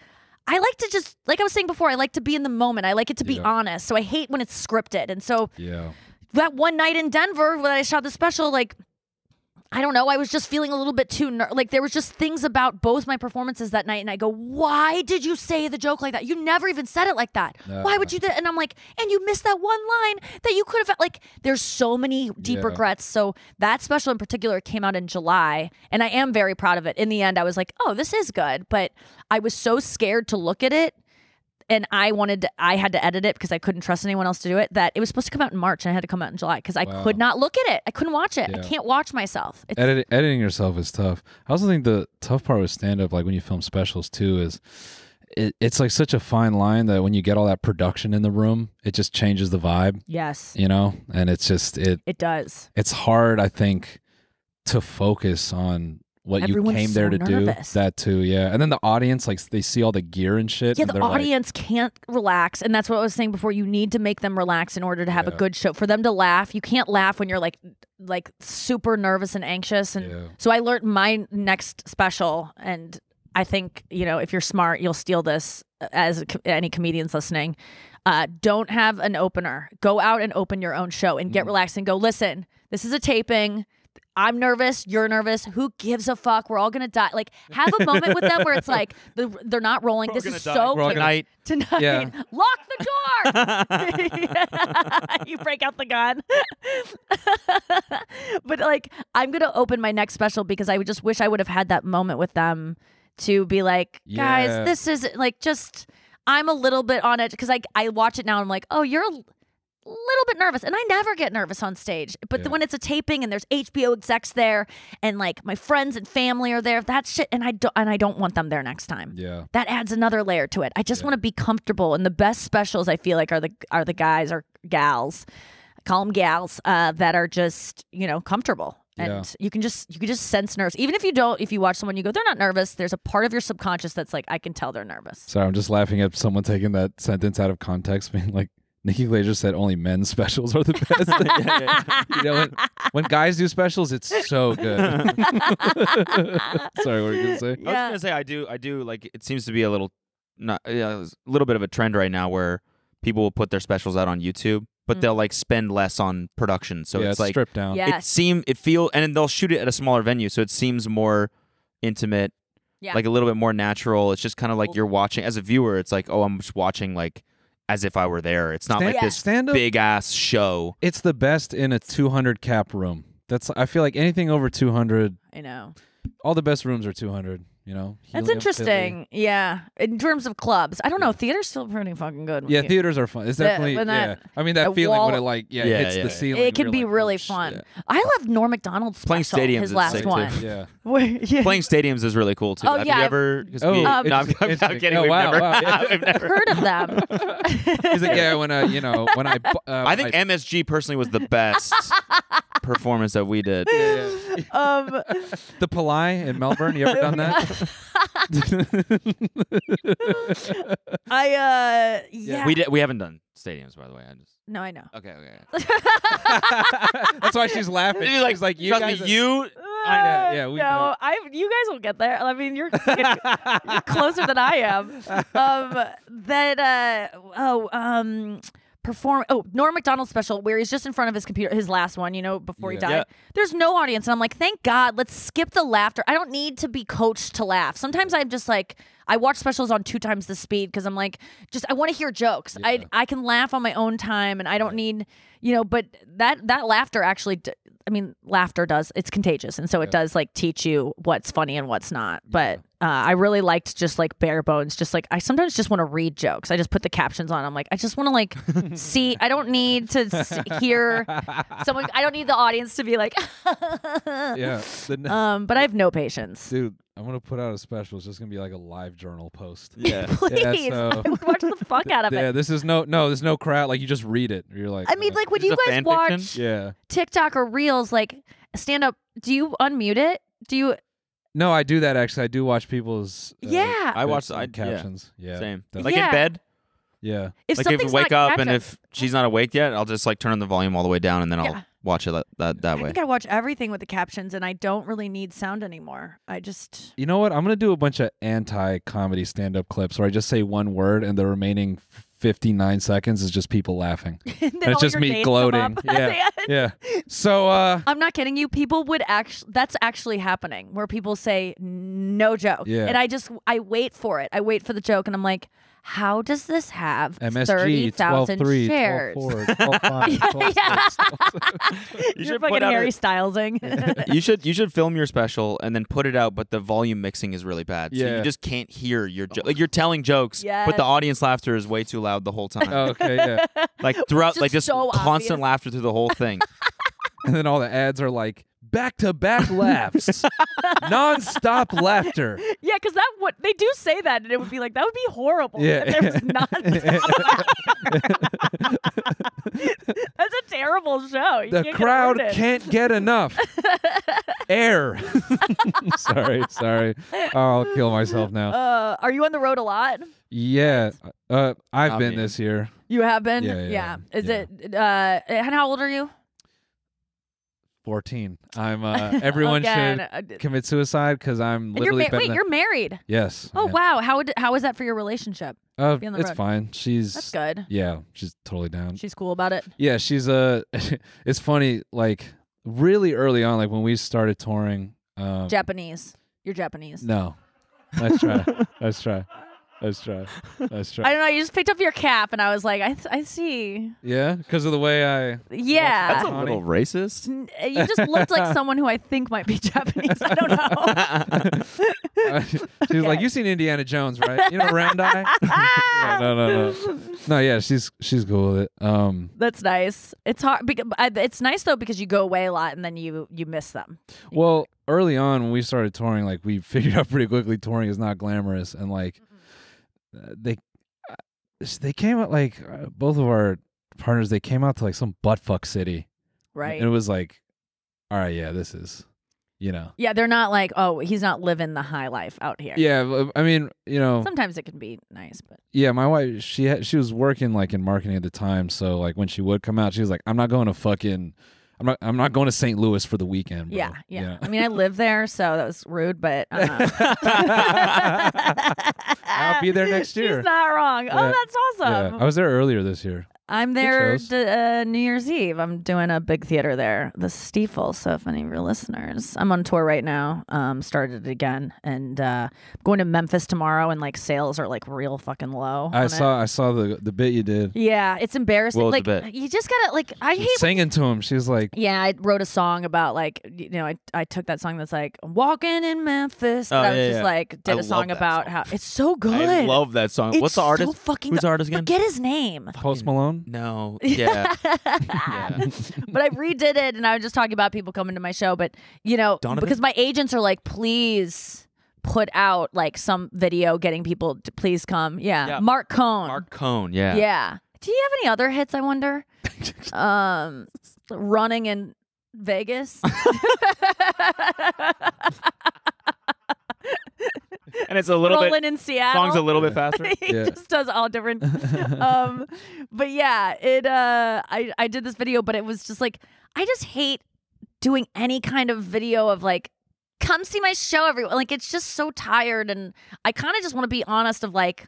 Speaker 2: I like to just like I was saying before, I like to be in the moment. I like it to be
Speaker 1: Yeah.
Speaker 2: honest. So I hate when it's scripted. And so
Speaker 1: Yeah.
Speaker 2: that one night in Denver when I shot the special, like I don't know, I was just feeling a little bit too ner- like there was just things about both my performances that night, and I go, why did you say the joke like that? You never even said it like that. Why would you? do And I'm like, and you missed that one line that you could have like. There's so many deep
Speaker 1: Yeah.
Speaker 2: regrets. So that special in particular came out in July, and I am very proud of it. In the end, I was like, oh, this is good, but I was so scared to look at it and I wanted to, I had to edit it because I couldn't trust anyone else to do it. That it was supposed to come out in March and I had to come out in July because I
Speaker 1: Wow.
Speaker 2: could not look at it. I couldn't watch it. I
Speaker 1: Yeah.
Speaker 2: can't watch myself. It's,
Speaker 1: Edit, editing yourself is tough. I also think the tough part with stand up, like when you film specials too, is it, it's like such a fine line that when you get all that production in the room, it just changes the vibe,
Speaker 2: yes,
Speaker 1: you know? And it's just, it
Speaker 2: it does.
Speaker 1: it's hard, I think, to focus on what
Speaker 2: Everyone's
Speaker 1: you came there
Speaker 2: so
Speaker 1: to
Speaker 2: nervous.
Speaker 1: do. That too, yeah. And then the audience, like they see all the gear and shit.
Speaker 2: Yeah,
Speaker 1: and
Speaker 2: the
Speaker 1: they're like-
Speaker 2: audience can't relax, and that's what I was saying before. You need to make them relax in order to have a
Speaker 1: Yeah.
Speaker 2: good show. For them to laugh, you can't laugh when you're like, like super nervous and anxious. And
Speaker 1: Yeah.
Speaker 2: so I learned my next special, uh, and I think you know if you're smart, you'll steal this. As co- any comedians listening, Uh, don't have an opener. Go out and open your own show
Speaker 1: Mm.
Speaker 2: and get relaxed and go, listen, this is a taping. I'm nervous. You're nervous. Who gives a fuck? We're all gonna die. Like, have a moment with them where it's like the, they're not rolling. this is so
Speaker 1: We're all
Speaker 2: cute
Speaker 1: gonna-
Speaker 3: tonight.
Speaker 2: tonight.
Speaker 1: Yeah.
Speaker 2: Lock the door. you break out the gun. but like, I'm gonna open my next special because I would just wish I would have had that moment with them to be like, guys,
Speaker 1: Yeah.
Speaker 2: this is like just. I'm a little bit on edge because I I watch it now. and I'm like, oh, you're. a little bit nervous and I never get nervous on stage but
Speaker 1: Yeah.
Speaker 2: then when it's a taping and there's HBO execs there and like my friends and family are there that shit and I don't and I don't want them there next time
Speaker 1: Yeah.
Speaker 2: that adds another layer to it. I just want to be comfortable, and the best specials I feel like are the are the guys or gals, I call them gals, uh, that are just you know comfortable, and
Speaker 1: Yeah.
Speaker 2: you can just you can just sense nerves. Even if you don't, if you watch someone, you go, they're not nervous. There's a part of your subconscious that's like, I can tell they're nervous.
Speaker 1: Sorry, I'm just laughing at someone taking that sentence out of context, being like, Nikki Glaser said only men's specials are the best. You know, when, when guys do specials, it's so good. Sorry, what were you going to say?
Speaker 3: I was
Speaker 2: Yeah.
Speaker 3: gonna say I do. I do like. It seems to be a little, not yeah, it's a little bit of a trend right now where people will put their specials out on YouTube, but
Speaker 2: Mm.
Speaker 3: they'll like spend less on production. So
Speaker 1: yeah,
Speaker 3: it's like
Speaker 1: stripped down.
Speaker 2: Yeah.
Speaker 3: it seem it feel and they'll shoot it at a smaller venue, so it seems more intimate,
Speaker 2: Yeah.
Speaker 3: like a little bit more natural. It's just kind of like you're watching as a viewer. It's like oh, I'm just watching like as if I were there. It's not
Speaker 1: Stand,
Speaker 3: like
Speaker 2: Yeah.
Speaker 3: this
Speaker 1: stand up,
Speaker 3: big ass show.
Speaker 1: it's the best in a 200 cap room. That's I feel like anything over 200,
Speaker 2: I know
Speaker 1: all the best rooms are 200. You know,
Speaker 2: that's
Speaker 1: Helium, Philly.
Speaker 2: interesting. Yeah, in terms of clubs, I don't know. Theater's still pretty fucking good. when
Speaker 1: Yeah,
Speaker 2: you-
Speaker 1: theaters are fun. It's
Speaker 2: The-
Speaker 1: definitely
Speaker 2: when that-
Speaker 1: yeah. I mean that
Speaker 2: that
Speaker 1: feeling when
Speaker 2: wall-
Speaker 1: it like yeah,
Speaker 3: Yeah,
Speaker 1: hits
Speaker 3: yeah,
Speaker 1: the
Speaker 3: yeah.
Speaker 1: ceiling.
Speaker 2: It can
Speaker 1: you're
Speaker 2: be
Speaker 1: like,
Speaker 2: really
Speaker 1: "Oh, shit."
Speaker 2: fun. I love Norm Macdonald's
Speaker 3: Playing
Speaker 2: special,
Speaker 3: stadiums
Speaker 2: his
Speaker 3: is
Speaker 2: last
Speaker 3: sick, too.
Speaker 2: one.
Speaker 1: Yeah.
Speaker 2: Where- yeah.
Speaker 3: Playing stadiums is really cool too.
Speaker 2: Oh,
Speaker 3: Have
Speaker 2: yeah,
Speaker 3: you
Speaker 2: I've-
Speaker 3: ever? 'cause
Speaker 1: Oh,
Speaker 3: we-
Speaker 1: Um,
Speaker 3: no, I'm, I'm
Speaker 1: interesting.
Speaker 3: kidding.
Speaker 1: Oh,
Speaker 3: We've
Speaker 1: wow,
Speaker 3: never-
Speaker 1: wow, yeah.
Speaker 3: I've never.
Speaker 2: heard of them.
Speaker 1: He's like, yeah, when I, you know, when I, bu- uh,
Speaker 3: I think MSG personally was the best performance that we did.
Speaker 2: um,
Speaker 1: the Palai in Melbourne. You ever done that?
Speaker 2: I uh yeah.
Speaker 3: We did. We haven't done stadiums, by the way. I just
Speaker 2: no, I know.
Speaker 3: okay, okay.
Speaker 1: That's why she's laughing.
Speaker 3: She's like,
Speaker 1: like, you
Speaker 3: trust
Speaker 1: guys,
Speaker 3: me,
Speaker 1: are-
Speaker 3: you.
Speaker 1: I know, yeah, we
Speaker 2: no,
Speaker 1: know.
Speaker 2: I you guys will get there. I mean, you're, fucking- you're closer than I am. Um, that uh oh um perform oh Norm Macdonald special where he's just in front of his computer his last one you know before he
Speaker 1: Yeah.
Speaker 2: died. There's no audience and I'm like thank God let's skip the laughter. I don't need to be coached to laugh. Sometimes I'm just like I watch specials on two times the speed because I'm like just I want to hear jokes. I I can laugh on my own time and I don't need you know but that that laughter actually d- I mean laughter does it's contagious and so it does like teach you what's funny and what's not. But uh, I really liked just like bare bones. Just like I sometimes just want to read jokes. I just put the captions on. I'm like, I just want to like see. I don't need to s- hear someone. I don't need the audience to be like.
Speaker 1: yeah, the-
Speaker 2: Um, but I have no patience.
Speaker 1: dude, I'm gonna put out a special. It's just gonna be like a live journal post.
Speaker 3: Yeah.
Speaker 2: Please,
Speaker 1: Yeah, so-
Speaker 2: I would watch the fuck out of
Speaker 1: Yeah,
Speaker 2: it.
Speaker 1: this is no, no, there's no crowd. Like you just read it. You're like,
Speaker 2: I mean,
Speaker 1: uh,
Speaker 2: like when
Speaker 3: This
Speaker 2: you
Speaker 3: is a
Speaker 2: guys
Speaker 3: fan
Speaker 2: watch
Speaker 3: fiction?
Speaker 1: yeah.
Speaker 2: TikTok or Reels, like stand up. Do you unmute it? Do
Speaker 3: Uh,
Speaker 2: you?
Speaker 1: No, I do that actually. I do watch people's. uh,
Speaker 2: yeah.
Speaker 3: I watch.
Speaker 1: bits
Speaker 3: I
Speaker 1: and
Speaker 3: caption.
Speaker 1: captions. Yeah,
Speaker 3: Same.
Speaker 1: that's-
Speaker 3: Like
Speaker 2: Yeah.
Speaker 3: in bed.
Speaker 1: yeah.
Speaker 2: if
Speaker 3: like if you
Speaker 2: something's
Speaker 3: wake
Speaker 2: not
Speaker 3: up and
Speaker 2: captioned-
Speaker 3: if she's not awake yet, I'll just like turn the volume all the way down and then
Speaker 2: Yeah.
Speaker 3: I'll watch it that that, that
Speaker 2: I
Speaker 3: way.
Speaker 2: think I watch everything with the captions, and I don't really need sound anymore. I just
Speaker 1: You know what? I'm gonna do a bunch of anti-comedy stand-up clips where I just say one word and the remaining 59 seconds is just people laughing.
Speaker 2: and then
Speaker 1: And
Speaker 2: all
Speaker 1: it's just
Speaker 2: your
Speaker 1: me
Speaker 2: names come up
Speaker 1: gloating.
Speaker 2: at the
Speaker 1: Yeah,
Speaker 2: end.
Speaker 1: yeah. So, uh,
Speaker 2: I'm not kidding you. People would actually, that's actually happening where people say, no joke.
Speaker 1: Yeah.
Speaker 2: And I just, I wait for it. I wait for the joke and I'm like, how does this have
Speaker 1: MSG
Speaker 2: 30,000
Speaker 1: 12-3,
Speaker 2: shares?
Speaker 1: 12-4, 12-5, 12-6.
Speaker 2: yeah.
Speaker 3: You
Speaker 2: You're
Speaker 3: should
Speaker 2: fucking
Speaker 3: put out
Speaker 2: Harry
Speaker 3: a-
Speaker 2: Stylesing.
Speaker 3: you should you should film your special and then put it out, but the volume mixing is really bad. So
Speaker 1: Yeah.
Speaker 3: you just can't hear your jo- like you're telling jokes,
Speaker 2: Yes.
Speaker 3: but the audience laughter is way too loud the whole time.
Speaker 1: Oh, okay, yeah.
Speaker 3: like throughout
Speaker 2: just
Speaker 3: like just
Speaker 2: so
Speaker 3: constant
Speaker 2: obvious.
Speaker 3: laughter through the whole thing.
Speaker 1: And then all the ads are like back-to-back laughs, non-stop laughter.
Speaker 2: yeah, because that would, they do say that and it would be like, that would be horrible.
Speaker 1: Yeah.
Speaker 2: if there was not. that's a terrible show. You
Speaker 1: The
Speaker 2: can't get
Speaker 1: crowd
Speaker 2: awarded.
Speaker 1: can't get enough air. sorry, sorry. Oh, I'll kill myself now.
Speaker 2: Uh, are you on the road a lot?
Speaker 1: yeah, uh, I've
Speaker 3: I
Speaker 1: been
Speaker 3: mean-
Speaker 1: this year.
Speaker 2: You have been?
Speaker 1: Yeah, yeah, yeah.
Speaker 2: Is
Speaker 1: Yeah.
Speaker 2: it, uh, and how old are you?
Speaker 1: 14. I'm uh, everyone
Speaker 2: Again,
Speaker 1: should
Speaker 2: uh, d-
Speaker 1: commit suicide because I'm
Speaker 2: and you're
Speaker 1: literally
Speaker 2: ma-
Speaker 1: better
Speaker 2: wait,
Speaker 1: than-
Speaker 2: you're married.
Speaker 1: yes.
Speaker 2: Oh
Speaker 1: yeah.
Speaker 2: wow, how would, how is that for your relationship?
Speaker 1: Uh,
Speaker 2: be on the
Speaker 1: it's
Speaker 2: road.
Speaker 1: fine. She's
Speaker 2: That's good.
Speaker 1: Yeah, she's totally down.
Speaker 2: She's cool about it.
Speaker 1: Yeah, she's uh it's funny like really early on like when we started touring um
Speaker 2: Japanese. You're Japanese.
Speaker 1: No. Let's try. Let's try. Let's try. Let's
Speaker 2: I
Speaker 1: try.
Speaker 2: don't know. You just picked up your cap, and I was like, I, th- I see.
Speaker 1: Yeah, because of the way I
Speaker 2: Yeah.
Speaker 3: That's a little racist.
Speaker 2: N- you just looked like someone who I think might be Japanese. I don't know.
Speaker 1: she's like, you seen Indiana Jones, right? You know, round eye. Yeah, no, no, no, no. Yeah, she's she's cool with it. Um,
Speaker 2: That's nice. It's hard. Because, it's nice though because you go away a lot and then you you miss them.
Speaker 1: well, early on when we started touring, like we figured out pretty quickly touring is not glamorous, and like uh, they uh, they came out like uh, both of our partners they came out to like some butt fuck city,
Speaker 2: Right.
Speaker 1: And it was like, all right, yeah, this is, you know,
Speaker 2: yeah. They're not like, oh, he's not living the high life out here.
Speaker 1: yeah. but, I mean, you know,
Speaker 2: Sometimes it can be nice, but
Speaker 1: Yeah, my wife, she had, she was working like in marketing at the time, so like when she would come out, she was like, "I'm not going to fucking, I'm not, I'm not going to St. Louis for the weekend." bro."
Speaker 2: yeah, yeah, I mean, I live there, so that was rude, but uh,
Speaker 1: I'll be there next year.
Speaker 2: She's not wrong.
Speaker 1: Yeah.
Speaker 2: Oh, that's
Speaker 1: Yeah.
Speaker 2: awesome.
Speaker 1: I was there earlier this year.
Speaker 2: I'm there
Speaker 1: shows.
Speaker 2: d- uh, New Year's Eve. I'm doing a big theater there, the Steeple. So if any of your listeners, I'm on tour right now. Um, started it again, and uh, going to Memphis tomorrow. And like sales are like real fucking low. on
Speaker 1: I
Speaker 2: it.
Speaker 1: saw, I saw the the bit you did.
Speaker 2: Yeah, it's embarrassing.
Speaker 3: What was
Speaker 2: like
Speaker 3: the bit?
Speaker 2: you just gotta like I hate.
Speaker 1: Singing to him, she was like,
Speaker 2: yeah, I wrote a song about like you know I, I took that song that's like I'm walking in Memphis.
Speaker 3: Oh,
Speaker 2: that I was
Speaker 3: yeah,
Speaker 2: just
Speaker 3: yeah.
Speaker 2: like did
Speaker 3: I
Speaker 2: a song
Speaker 3: love that
Speaker 2: about
Speaker 3: song.
Speaker 2: how it's so good.
Speaker 3: I love that song.
Speaker 2: It's
Speaker 3: What's the
Speaker 2: So
Speaker 3: artist?
Speaker 2: fucking
Speaker 3: Who's
Speaker 2: good.
Speaker 3: the artist again?
Speaker 2: Forget his name.
Speaker 1: "Post Malone."
Speaker 3: No. Yeah.
Speaker 2: but I redid it, and I was just talking about people coming to my show. But you know,
Speaker 3: Donovan?
Speaker 2: because my agents are like, please put out like some video getting people to please come. Yeah,
Speaker 3: Yeah.
Speaker 2: Mark Cohn.
Speaker 3: Mark Cohn. Yeah.
Speaker 2: Yeah. Do you have any other hits? I wonder. um, running in Vegas.
Speaker 3: And it's a little
Speaker 2: Rolling
Speaker 3: bit.
Speaker 2: in Seattle.
Speaker 3: Song's a little bit faster.
Speaker 2: he
Speaker 1: Yeah.
Speaker 2: just does all different um but yeah it uh I, I did this video but it was just like i just hate doing any kind of video of like come see my show everyone like it's just so tired and i kind of just want to be honest of like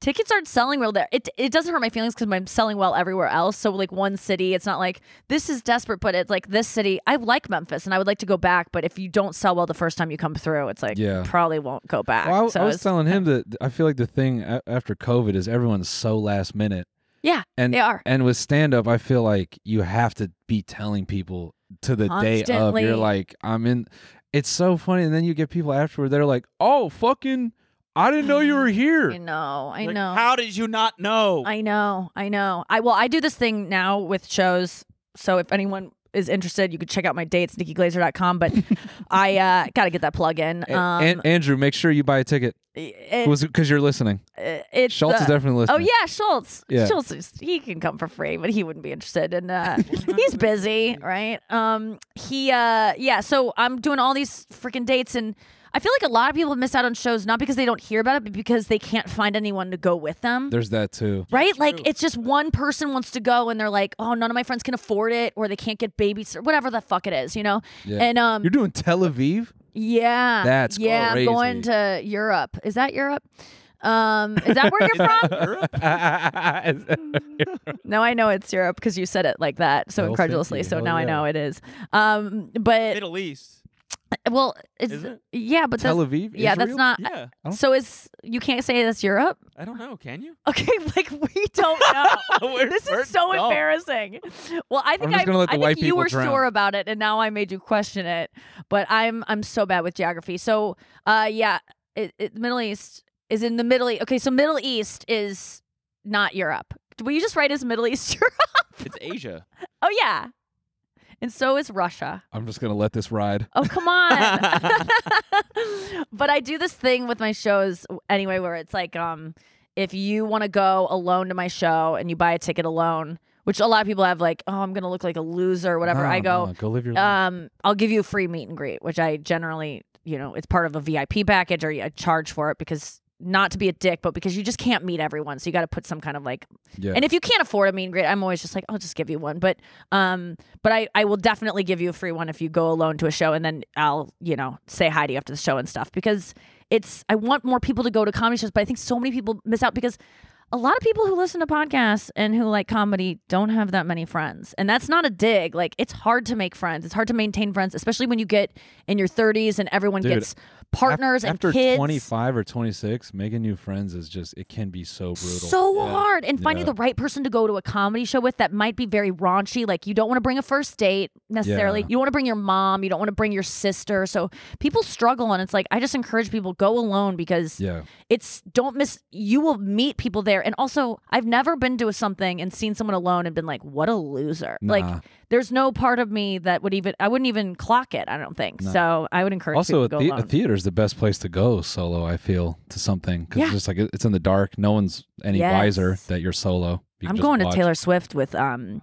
Speaker 2: tickets aren't selling well there it, it doesn't hurt my feelings because i'm selling well everywhere else so like one city it's not like this is desperate but it's like this city i like memphis and i would like to go back but if you don't sell well the first time you come through it's like
Speaker 1: Yeah.
Speaker 2: probably won't go back
Speaker 1: Well, I,
Speaker 2: so
Speaker 1: I was
Speaker 2: it's-
Speaker 1: telling him that I feel like the thing a- after COVID is everyone's so last minute.
Speaker 2: yeah
Speaker 1: And
Speaker 2: they are
Speaker 1: And with stand up, I feel like you have to be telling people to the day of.
Speaker 2: Constantly.
Speaker 1: You're like, I'm in. It's so funny. And then you get people afterward, they're like, oh, fucking, I didn't know you were here.
Speaker 2: I know. I
Speaker 3: Like,
Speaker 2: know.
Speaker 3: How did you not know?
Speaker 2: I know. I know. I well, I do this thing now with shows. So if anyone is interested, you could check out my dates, nikkiglazer.com. But I uh, got to get that plug in.
Speaker 1: A-
Speaker 2: Um,
Speaker 1: An- Andrew, make sure you buy a ticket
Speaker 2: it-
Speaker 1: because you're listening.
Speaker 2: it- it's,
Speaker 1: Schultz
Speaker 2: uh,
Speaker 1: is definitely listening.
Speaker 2: Oh yeah, Schultz.
Speaker 1: Yeah.
Speaker 2: Schultz, is, he can come for free, but he wouldn't be interested. And uh, he's busy, right? Um, he, uh, yeah. So I'm doing all these freaking dates, and I feel like a lot of people miss out on shows not because they don't hear about it, but because they can't find anyone to go with them.
Speaker 1: There's that too.
Speaker 2: Right? Like it's just one person wants to go and they're like, "Oh, none of my friends can afford it or they can't get babies or whatever the fuck it is," you know?
Speaker 1: Yeah.
Speaker 2: And um
Speaker 1: You're doing Tel Aviv?
Speaker 2: yeah.
Speaker 1: That's
Speaker 2: Yeah,
Speaker 1: crazy.
Speaker 2: I'm going to Europe. Is that Europe? Um is that where you're from? no, I know it's Europe because you said it like that so
Speaker 1: Helsinki.
Speaker 2: incredulously, so
Speaker 1: Hell
Speaker 2: now I
Speaker 1: yeah.
Speaker 2: know it is. Um but
Speaker 3: Middle East.
Speaker 2: well, it's
Speaker 3: Is it?
Speaker 2: yeah, but
Speaker 1: Tel
Speaker 2: that's,
Speaker 1: Aviv?
Speaker 2: yeah, that's
Speaker 1: Israel?
Speaker 2: not
Speaker 3: Yeah.
Speaker 1: don't-
Speaker 2: So is you can't say that's Europe?
Speaker 3: I don't know. Can you?
Speaker 2: Okay, like we don't know.
Speaker 3: We're-
Speaker 2: this
Speaker 3: we're
Speaker 2: is so
Speaker 3: dumb.
Speaker 2: embarrassing. Well, I think
Speaker 1: just
Speaker 2: I,
Speaker 1: gonna let the
Speaker 2: I
Speaker 1: white
Speaker 2: think you
Speaker 1: people
Speaker 2: were
Speaker 1: drown.
Speaker 2: sure about it, and now I made you question it. But I'm I'm so bad with geography. So, uh, yeah, it, it, Middle East is in the Middle East. Okay, so Middle East is not Europe. Will you just write as Middle East Europe?
Speaker 3: It's Asia.
Speaker 2: oh yeah, and so is Russia.
Speaker 1: I'm just going to let this ride.
Speaker 2: Oh, come on. but I do this thing with my shows anyway where it's like um if you want to go alone to my show and you buy a ticket alone, which a lot of people have like, "Oh, I'm going to look like a loser or whatever."
Speaker 1: No,
Speaker 2: I go,
Speaker 1: Ah, no, go live your life.
Speaker 2: um, I'll give you a free meet and greet, which I generally, you know, it's part of a VIP package or I charge for it because not to be a dick, but because you just can't meet everyone, so you got to put some kind of like.
Speaker 1: Yeah.
Speaker 2: And if you can't afford a mean grade, I'm always just like, I'll just give you one. But um, but I I will definitely give you a free one if you go alone to a show, and then I'll you know say hi to you after the show and stuff because it's I want more people to go to comedy shows, but I think so many people miss out because. A lot of people who listen to podcasts and who like comedy don't have that many friends. And that's not a dig. Like, it's hard to make friends. It's hard to maintain friends, especially when you get in your 30s and everyone
Speaker 1: Dude,
Speaker 2: gets partners
Speaker 1: Af-
Speaker 2: and
Speaker 1: after
Speaker 2: kids.
Speaker 1: 25 or 26 making new friends is just it can be so brutal
Speaker 2: so hard and finding
Speaker 1: Yeah.
Speaker 2: the right person to go to a comedy show with that might be very raunchy like you don't want to bring a first date necessarily
Speaker 1: Yeah.
Speaker 2: you want to bring your mom you don't want to bring your sister so people struggle and it's like i just encourage people go alone because
Speaker 1: yeah
Speaker 2: it's don't miss you will meet people there and also i've never been to something and seen someone alone and been like what a loser
Speaker 1: Nah.
Speaker 2: like there's no part of me that would even i wouldn't even clock it i don't think so i would encourage
Speaker 1: also a,
Speaker 2: people to go
Speaker 1: the- a
Speaker 2: alone.
Speaker 1: theater is the best place to go solo i feel to something because
Speaker 2: Yeah.
Speaker 1: it's just like it- it's in the dark no one's any wiser
Speaker 2: Yes.
Speaker 1: that you're solo You can
Speaker 2: I'm
Speaker 1: just
Speaker 2: going
Speaker 1: watch.
Speaker 2: to Taylor Swift with um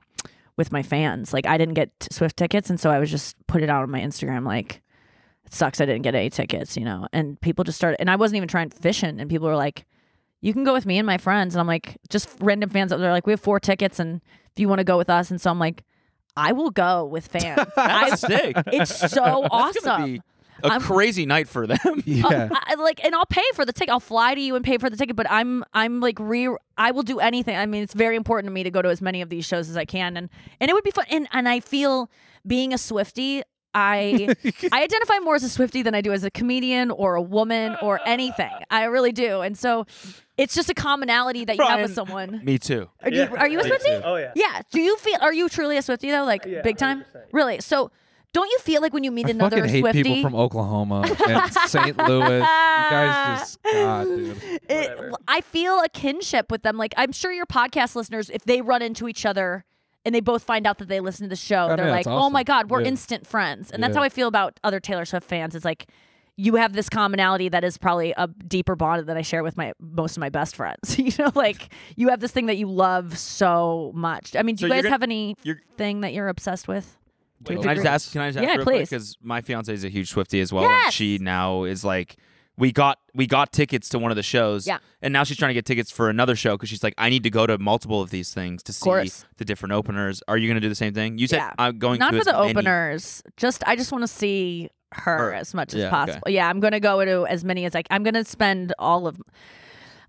Speaker 2: with my fans. Like I didn't get t- Swift tickets, and so I was just put it out on my Instagram. Like it sucks I didn't get any tickets, you know. And people just started, and I wasn't even trying fishing, and people were like, "You can go with me and my friends," and I'm like, just random fans out there. Like we have four tickets, and if you want to go with us, and so I'm like. I will go with fans. I,
Speaker 3: sick.
Speaker 2: it's so
Speaker 3: It's gonna
Speaker 2: awesome.
Speaker 3: be a
Speaker 2: I'm-
Speaker 3: crazy night for them.
Speaker 1: yeah
Speaker 2: I, I- like, and I'll pay for the ticket. I'll fly to you and pay for the ticket. But I'm, I'm like re. I will do anything. I mean, it's very important to me to go to as many of these shows as I can, and and it would be fun. And and I feel being a Swifty, I I identify more as a Swifty than I do as a comedian or a woman or anything. I really do. And so, it's just a commonality that you have
Speaker 3: Brian.
Speaker 2: with someone.
Speaker 3: Me too.
Speaker 2: Are you,
Speaker 7: Yeah.
Speaker 2: are you a
Speaker 7: Me
Speaker 2: Swifty?
Speaker 7: too. Oh, yeah.
Speaker 2: Yeah. Do you feel? Are you truly a Swifty though? Like
Speaker 7: Yeah,
Speaker 2: big time?
Speaker 7: 100%.
Speaker 2: Really? So. Don't you feel like when you meet
Speaker 1: I
Speaker 2: another
Speaker 1: fucking hate
Speaker 2: Swifty?
Speaker 1: people from Oklahoma and St. Louis. You guys just, God, dude.
Speaker 2: it,
Speaker 7: Whatever.
Speaker 2: I feel a kinship with them. Like I'm sure your podcast listeners, if they run into each other and they both find out that they listen to the show,
Speaker 1: Oh,
Speaker 2: they're
Speaker 1: yeah,
Speaker 2: like,
Speaker 1: that's
Speaker 2: "Oh
Speaker 1: awesome.
Speaker 2: my god, we're
Speaker 1: Yeah.
Speaker 2: instant friends." And that's
Speaker 1: Yeah.
Speaker 2: how I feel about other Taylor Swift fans. It's like you have this commonality that is probably a deeper bond that I share with my most of my best friends. you know, like you have this thing that you love so much. I mean, do
Speaker 3: So
Speaker 2: you
Speaker 3: you're
Speaker 2: guys
Speaker 3: gonna-
Speaker 2: have any
Speaker 3: you're-
Speaker 2: thing that you're obsessed with?
Speaker 3: Wait, can I just ask? Can I just ask
Speaker 2: Yeah,
Speaker 3: real
Speaker 2: please.
Speaker 3: Because my fiance is a huge Swifty as well,
Speaker 2: Yes!
Speaker 3: and she now is like, we got we got tickets to one of the shows,
Speaker 2: Yeah.
Speaker 3: and now she's trying to get tickets for another show because she's like, I need to go to multiple of these things to see
Speaker 2: course.
Speaker 3: the different openers. Are you going to do the same thing? You said
Speaker 2: Yeah.
Speaker 3: I'm going
Speaker 2: not
Speaker 3: to
Speaker 2: for
Speaker 3: as
Speaker 2: the
Speaker 3: many-
Speaker 2: openers just i just want to see her,
Speaker 3: Her.
Speaker 2: as much
Speaker 3: Yeah,
Speaker 2: as
Speaker 3: okay.
Speaker 2: possible yeah i'm gonna go to as many as i i'm gonna spend all of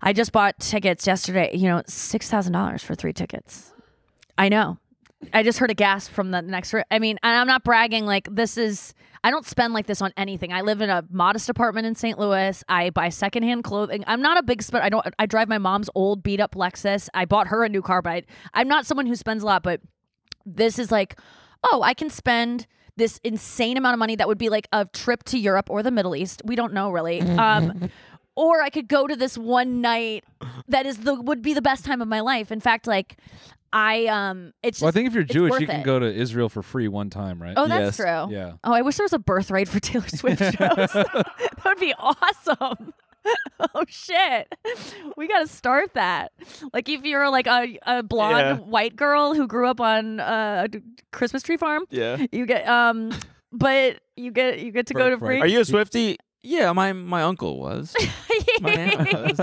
Speaker 2: i just bought tickets yesterday you know six thousand dollars for three tickets i know i just heard a gasp from the next room i mean and i'm not bragging like this is i don't spend like this on anything i live in a modest apartment in st louis i buy secondhand clothing i'm not a big spend i don't i drive my mom's old beat up lexus i bought her a new car but I, i'm not someone who spends a lot but this is like, oh, I can spend this insane amount of money that would be like a trip to Europe or the Middle East. We don't know really. Um, or I could go to this one night that is the would be the best time of my life. In fact, like I um, it's just,
Speaker 1: Well, I think if you're
Speaker 2: it's
Speaker 1: Jewish,
Speaker 2: worth
Speaker 1: you can
Speaker 2: it.
Speaker 1: go to Israel for free one time, right?
Speaker 2: Oh, that's
Speaker 3: Yes.
Speaker 2: true.
Speaker 1: Yeah.
Speaker 2: Oh, I wish there was a birth rate for Taylor Swift shows. that would be awesome. oh shit, we got to start that. Like if you're like a, a blonde
Speaker 3: Yeah.
Speaker 2: white girl who grew up on uh, a d- Christmas tree farm,
Speaker 3: Yeah.
Speaker 2: you get um, but you get you get to go to
Speaker 1: Birth rate.
Speaker 2: free.
Speaker 3: Are you a Swifty? Yeah, my my uncle was. My aunt was.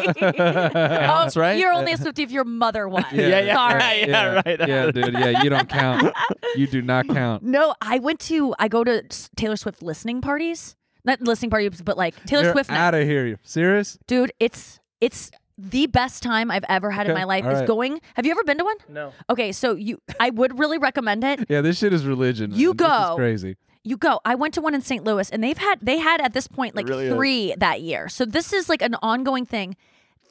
Speaker 2: oh,
Speaker 3: Counts, right?
Speaker 2: You're only a Swifty if your mother was.
Speaker 1: Yeah, yeah,
Speaker 2: Sorry.
Speaker 3: yeah, right.
Speaker 1: Yeah, dude. Yeah, you don't count. You do not count.
Speaker 2: No, I went to I go to s- Taylor Swift listening parties. Not listening parties, but like Taylor
Speaker 1: You're
Speaker 2: Swift. night.
Speaker 1: out of here. You Serious?
Speaker 2: dude it's it's the best time i've ever had in
Speaker 1: Okay,
Speaker 2: my life
Speaker 1: all
Speaker 2: is
Speaker 1: right.
Speaker 2: going have you ever been to one
Speaker 7: No.
Speaker 2: okay so you i would really recommend it
Speaker 1: Yeah, this shit is religion.
Speaker 2: You
Speaker 1: man. This is
Speaker 2: go.
Speaker 1: crazy.
Speaker 2: you go i went to one in st louis and they've had they had at this point like three that year so this is like an ongoing thing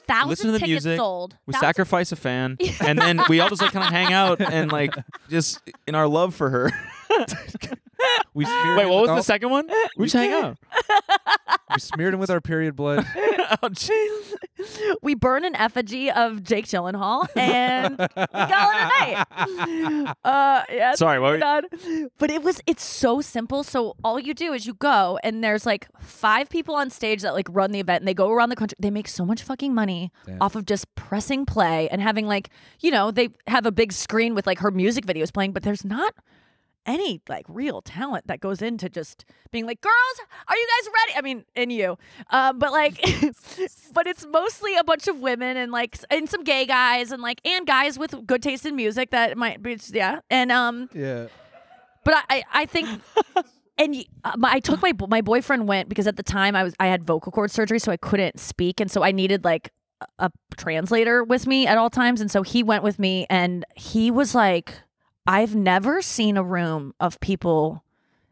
Speaker 2: thousand
Speaker 3: Listen to the
Speaker 2: tickets
Speaker 3: music.
Speaker 2: sold
Speaker 3: We
Speaker 2: Thousand-
Speaker 3: sacrifice a fan, and then we all just like kind of hang out and like just in our love for her.
Speaker 1: We smeared
Speaker 3: Wait,
Speaker 1: him
Speaker 3: what was
Speaker 1: with
Speaker 3: the
Speaker 1: all-
Speaker 3: second one? We just hang out.
Speaker 1: We smeared him with our period blood.
Speaker 3: oh, jeez.
Speaker 2: we burn an effigy of jake gyllenhaal and we call it a night uh yeah
Speaker 3: Sorry, what were you-
Speaker 2: God. But it was it's so simple. So all you do is you go and there's like five people on stage that like run the event and they go around the country. They make so much fucking money off of just pressing play and having like, you know, they have a big screen with like her music videos playing, but there's not any like real talent that goes into just being like, girls, are you guys ready? I mean, and you, um, but like, but it's mostly a bunch of women and like s- and some gay guys and like and guys with good taste in music that might be yeah and um
Speaker 1: Yeah.
Speaker 2: but I, I, I think, and y- uh, my, I took my bo- my boyfriend went because at the time I was I had vocal cord surgery, so I couldn't speak, and so I needed like a a translator with me at all times, and so he went with me, and he was like, I've never seen a room of people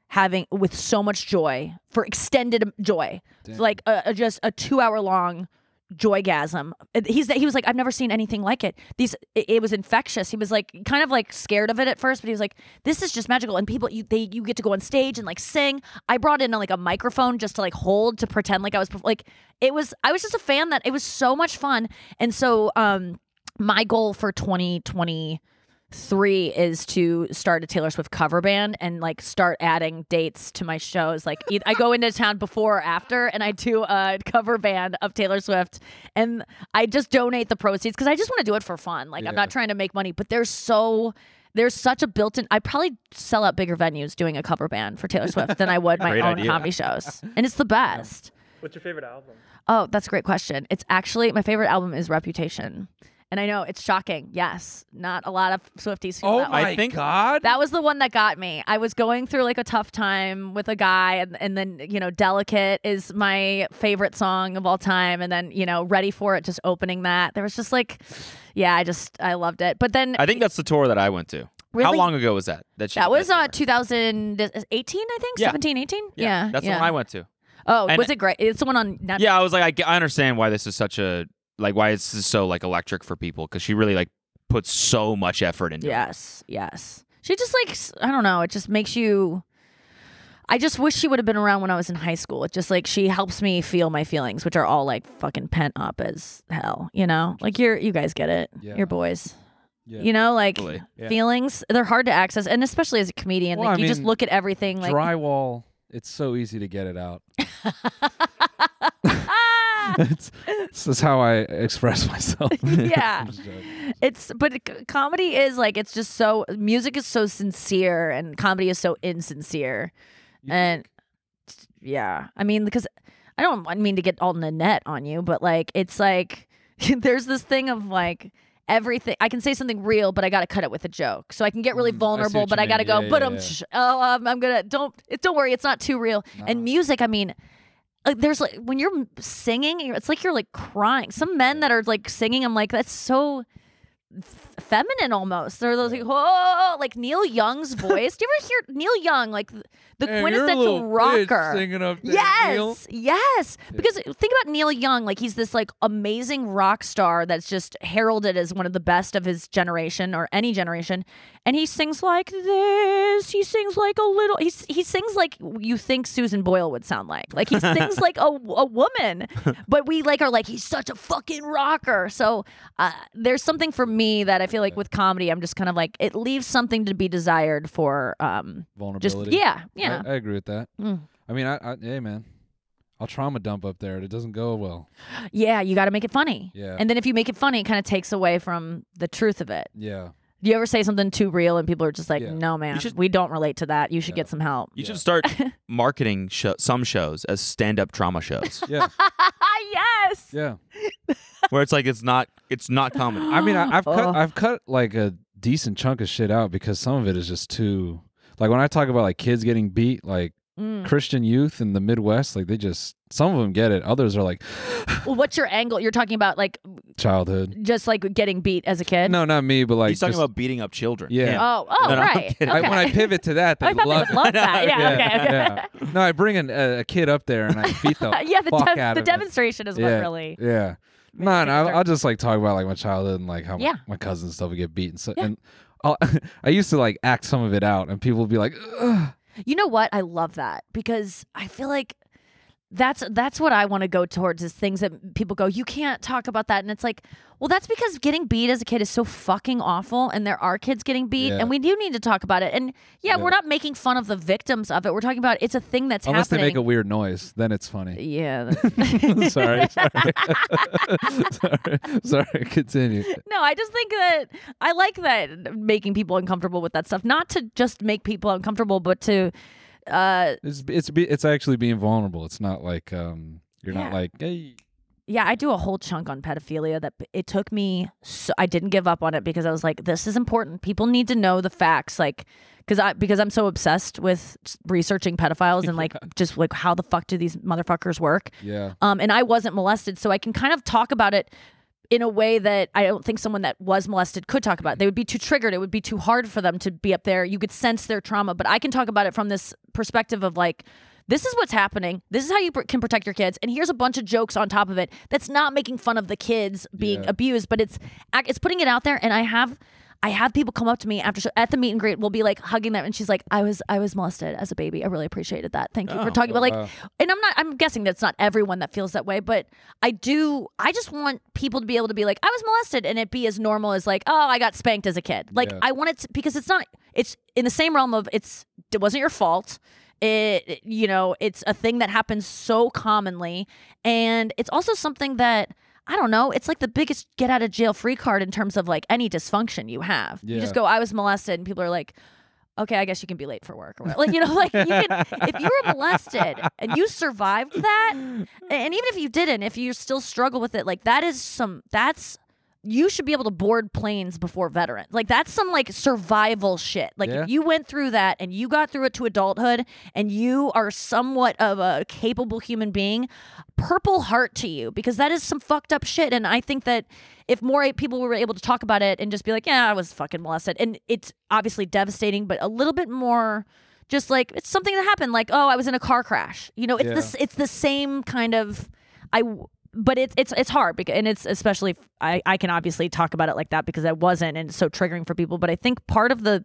Speaker 2: having with so much joy for extended joy,
Speaker 1: Damn.
Speaker 2: like a, a- just a two hour long joygasm. Uh, He's he was like, I've never seen anything like it. These it, it was infectious. He was like kind of like scared of it at first, but he was like, this is just magical. And people you they you get to go on stage and like sing. I brought in like a microphone just to like hold to pretend like I was perf- like it was. I was just a fan that it was so much fun. And so um my goal for 2020 three is to start a Taylor Swift cover band and like start adding dates to my shows. Like eith- I go into town before or after, and I do a cover band of Taylor Swift, and I just donate the proceeds because I just want to do it for fun. Like I'm not trying to make money, but there's so there's such a built-in. I probably sell out bigger venues doing a cover band for Taylor Swift than I would my
Speaker 3: Great
Speaker 2: own
Speaker 3: idea.
Speaker 2: comedy shows, and it's the best.
Speaker 7: What's your favorite album?
Speaker 2: Oh, that's a great question. It's actually my favorite album is Reputation. And I know it's shocking. Yes, not a lot of Swifties. Feel that way.
Speaker 3: I think-
Speaker 1: God.
Speaker 2: That was the one that got me. I was going through like a tough time with a guy, and, and then, you know, Delicate is my favorite song of all time. And then, you know, Ready for It, just opening that. There was just like, yeah, I just, I loved it. But then
Speaker 3: I think that's the tour that I went to. How
Speaker 2: Really?
Speaker 3: long ago was that? That, she
Speaker 2: that
Speaker 3: did
Speaker 2: was
Speaker 3: tour?
Speaker 2: uh, 2018, I think,
Speaker 3: Yeah.
Speaker 2: 17, 18? Yeah.
Speaker 3: that's the one I went to.
Speaker 2: Oh,
Speaker 3: and-
Speaker 2: was it great? It's the one on Netflix.
Speaker 3: Yeah, I was like, I g- I, understand why this is such a like why it's just so like electric for people because she really like puts so much effort into it.
Speaker 2: Yes, yes. She just like s- I don't know. It just makes you. I just wish she would have been around when I was in high school. It just like she helps me feel my feelings, which are all like fucking pent up as hell. You know, like you're you guys get it.
Speaker 1: Yeah.
Speaker 2: You're boys.
Speaker 1: Yeah.
Speaker 2: You know, like
Speaker 3: Totally.
Speaker 1: Yeah.
Speaker 2: feelings they're hard to access, and especially as a comedian,
Speaker 1: Well,
Speaker 2: like
Speaker 1: I
Speaker 2: you just
Speaker 1: mean,
Speaker 2: look at everything like
Speaker 1: Drywall. It's so easy to get it out.
Speaker 2: ah,
Speaker 1: it's, this is how I express myself.
Speaker 2: yeah.
Speaker 1: I'm just joking.
Speaker 2: It's but c- comedy is like it's just so music is so sincere and comedy is so insincere,
Speaker 1: You
Speaker 2: and yeah, I mean because I don't I mean to get all Nanette on you, but like it's like there's this thing of like everything I can say something real, but I got to cut it with a joke, so I can get really
Speaker 1: Mm, I see
Speaker 2: vulnerable,
Speaker 1: what
Speaker 2: but
Speaker 1: you
Speaker 2: I got to
Speaker 1: mean.
Speaker 2: go,
Speaker 1: Yeah,
Speaker 2: but
Speaker 1: yeah,
Speaker 2: um,
Speaker 1: yeah.
Speaker 2: sh- oh, um, I'm gonna don't it, don't worry, it's not too real. And music, I mean like there's like when you're m- singing you're- it's like you're like crying some men that are like singing i'm like that's so f- feminine almost they're those like oh like neil young's voice do you ever hear neil young like th- the
Speaker 1: Hey, you're a
Speaker 2: quintessential
Speaker 1: little bitch
Speaker 2: rocker
Speaker 1: singing up there,
Speaker 2: yes
Speaker 1: Neil.
Speaker 2: yes because think about neil young like he's this like amazing rock star that's just heralded as one of the best of his generation or any generation and he sings like this he sings like a little he, s- he sings like you think susan boyle would sound like like he sings like a, a woman but we like are like he's such a fucking rocker so uh, there's something for me that i feel like with comedy i'm just kind of like it leaves something to be desired for um just
Speaker 1: Vulnerability.
Speaker 2: yeah
Speaker 1: I-
Speaker 2: yeah
Speaker 1: I, agree with that.
Speaker 2: Mm.
Speaker 1: I mean, I, I hey man, I'll trauma dump up there. and It doesn't go well.
Speaker 2: Yeah, you got to make it funny.
Speaker 1: Yeah.
Speaker 2: And then if you make it funny, it kind of takes away from the truth of it.
Speaker 1: Yeah.
Speaker 2: Do you ever say something too real and people are just like,
Speaker 1: Yeah.
Speaker 2: no, man,
Speaker 3: should-
Speaker 2: we don't relate to that. You should get some help.
Speaker 3: You should start marketing sho some shows as stand-up trauma shows,
Speaker 1: Yeah.
Speaker 2: Ah, yes.
Speaker 1: Yeah.
Speaker 3: where it's like it's not it's not comedy.
Speaker 1: I mean, I, I've
Speaker 2: Oh.
Speaker 1: cut I've cut like a decent chunk of shit out because some of it is just too like when I talk about like kids getting beat, like
Speaker 2: Mm.
Speaker 1: Christian youth in the Midwest, like they just some of them get it. Others are like
Speaker 2: Well, what's your angle? You're talking about like
Speaker 1: childhood.
Speaker 2: just like getting beat as a kid?
Speaker 1: No, not me, but like
Speaker 3: He's talking
Speaker 1: just-
Speaker 3: about beating up children.
Speaker 1: Yeah.
Speaker 2: Oh, oh,
Speaker 3: No, no, I'm
Speaker 2: right.
Speaker 3: kidding.
Speaker 1: I,
Speaker 2: Okay.
Speaker 1: when I pivot to that, they
Speaker 2: I thought
Speaker 1: love
Speaker 2: they
Speaker 1: it.
Speaker 2: would love that. Yeah, okay, okay.
Speaker 1: yeah. No, I bring an, a, a kid up there and I beat the
Speaker 2: yeah, the,
Speaker 1: fuck
Speaker 2: dev-
Speaker 1: out of
Speaker 2: the
Speaker 1: him.
Speaker 2: demonstration is what
Speaker 1: Yeah.
Speaker 2: really.
Speaker 1: Yeah. No, no, I'll,
Speaker 2: start-
Speaker 1: I'll just like talk about like my childhood and like how my-
Speaker 2: Yeah.
Speaker 1: my, cousins and stuff would get beaten. So
Speaker 2: Yeah.
Speaker 1: and I'll, I used to like act some of it out, and people would be like, Ugh.
Speaker 2: You know what? I love that because I feel like that's that's what I want to go towards is things that people go, you can't talk about that, and it's like, well, that's because getting beat as a kid is so fucking awful, and there are kids getting beat,
Speaker 1: Yeah.
Speaker 2: and we do need to talk about it. And
Speaker 1: Yeah.
Speaker 2: yeah, we're not making fun of the victims of it. We're talking about it's a thing that's
Speaker 1: Unless they
Speaker 2: happening.
Speaker 1: make a weird noise, then it's funny.
Speaker 2: yeah. that's-
Speaker 1: sorry, sorry, sorry, sorry. Continue.
Speaker 2: No, I just think that I like that making people uncomfortable with that stuff. Not to just make people uncomfortable, but to uh
Speaker 1: It's it's be- it's actually being vulnerable. It's not like um you're not
Speaker 2: Yeah.
Speaker 1: like hey
Speaker 2: yeah, I do a whole chunk on pedophilia that it took me so I didn't give up on it because I was like this is important. People need to know the facts like cuz I because I'm so obsessed with s- researching pedophiles and like just like how the fuck do these motherfuckers work?
Speaker 1: yeah
Speaker 2: Um and I wasn't molested, so I can kind of talk about it in a way that I don't think someone that was molested could talk about. They would be too triggered. It would be too hard for them to be up there. You could sense their trauma, but I can talk about it from this perspective of like, this is what's happening. This is how you pr- can protect your kids. And here's a bunch of jokes on top of it. That's not making fun of the kids being
Speaker 1: Yeah.
Speaker 2: abused, but it's ac- it's putting it out there. And I have. I have people come up to me after show, at the meet and greet. We'll be like hugging them, and she's like, "I was I was molested as a baby. I really appreciated that. Thank you for talking about like." And I'm not. I'm guessing that's not everyone that feels that way, but I do. I just want people to be able to be like, I was molested, and it be as normal as like, oh, I got spanked as a kid. Like
Speaker 1: Yeah.
Speaker 2: I want it to, because it's not. It's in the same realm of it's. It wasn't your fault. It, it- you know it's a thing that happens so commonly, and it's also something that. I don't know. It's like the biggest get out of jail free card in terms of like any dysfunction you have. You just
Speaker 1: Yeah.
Speaker 2: go, I was molested, and people are like, okay, I guess you can be late for work or whatever. Like, you know, like you can, if you were molested and you survived that, and even if you didn't, if you still struggle with it, like that is some, that's, you should be able to board planes before veteran. Like that's some like survival shit. Like
Speaker 1: Yeah.
Speaker 2: if you went through that and you got through it to adulthood and you are somewhat of a capable human being, purple heart to you because that is some fucked up shit. And I think that if more people were able to talk about it and just be like, yeah, I was fucking molested. And it's obviously devastating, but a little bit more just like it's something that happened like, oh, I was in a car crash. You know, it's
Speaker 1: Yeah.
Speaker 2: this it's the same kind of I w- but it's it's it's hard because and it's especially f- I I can obviously talk about it like that because I wasn't and it's so triggering for people, but I think part of the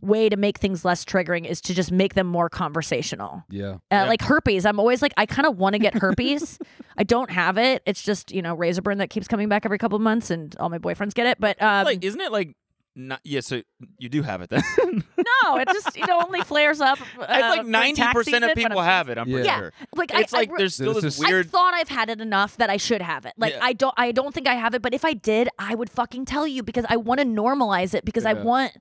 Speaker 2: way to make things less triggering is to just make them more conversational.
Speaker 1: yeah
Speaker 2: Uh, Like herpes, I'm always like, I kind of want to get herpes. I don't have it. It's just you know razor burn that keeps coming back every couple of months, and all my boyfriends get it. But um,
Speaker 3: like, isn't it like? Not, yeah, so you do have it then.
Speaker 2: no, it just you know only flares up. uh,
Speaker 3: It's like ninety percent of people have it. I'm pretty
Speaker 1: Yeah.
Speaker 3: sure.
Speaker 2: Like
Speaker 3: It's
Speaker 2: I, I
Speaker 3: like
Speaker 2: re-
Speaker 3: there's still
Speaker 1: This
Speaker 3: this
Speaker 1: is-
Speaker 3: weird.
Speaker 2: I thought I've had it enough that I should have it. Like
Speaker 3: Yeah.
Speaker 2: I don't I don't think I have it, but if I did, I would fucking tell you because I want to normalize it because I
Speaker 1: Yeah.
Speaker 2: want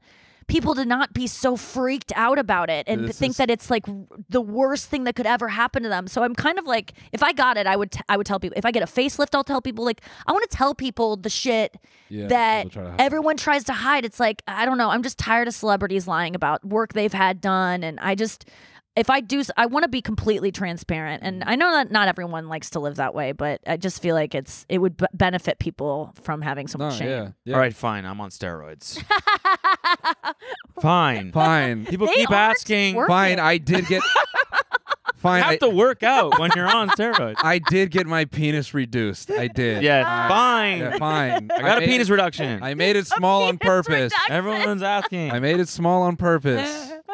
Speaker 2: people to not be so freaked out about it and
Speaker 1: This
Speaker 2: think
Speaker 1: is-
Speaker 2: that it's like the worst thing that could ever happen to them. So I'm kind of like if I got it, I would t- I would tell people. If I get a facelift, I'll tell people like I want to tell people the shit
Speaker 1: Yeah,
Speaker 2: that
Speaker 1: people try to hide.
Speaker 2: everyone tries to hide. It's like I don't know, I'm just tired of celebrities lying about work they've had done and I just if I do, s- I want to be completely transparent, and
Speaker 1: Mm.
Speaker 2: I know that not everyone likes to live that way, but I just feel like it's it would b- benefit people from having so
Speaker 1: no
Speaker 2: much shame.
Speaker 1: yeah yeah
Speaker 3: All right, fine. I'm on steroids. fine.
Speaker 1: fine
Speaker 3: People
Speaker 2: They
Speaker 3: keep
Speaker 2: aren't
Speaker 3: asking.
Speaker 2: working.
Speaker 1: fine I did get
Speaker 3: You
Speaker 1: fine
Speaker 3: have
Speaker 1: I,
Speaker 3: to work out when you're on steroids.
Speaker 1: I did get my penis reduced I did
Speaker 3: yes. Fine.
Speaker 1: yeah, fine
Speaker 3: I got a
Speaker 1: made
Speaker 3: penis
Speaker 1: it,
Speaker 3: reduction.
Speaker 1: I made it small on purpose
Speaker 3: Everyone's asking.
Speaker 1: I made it small on purpose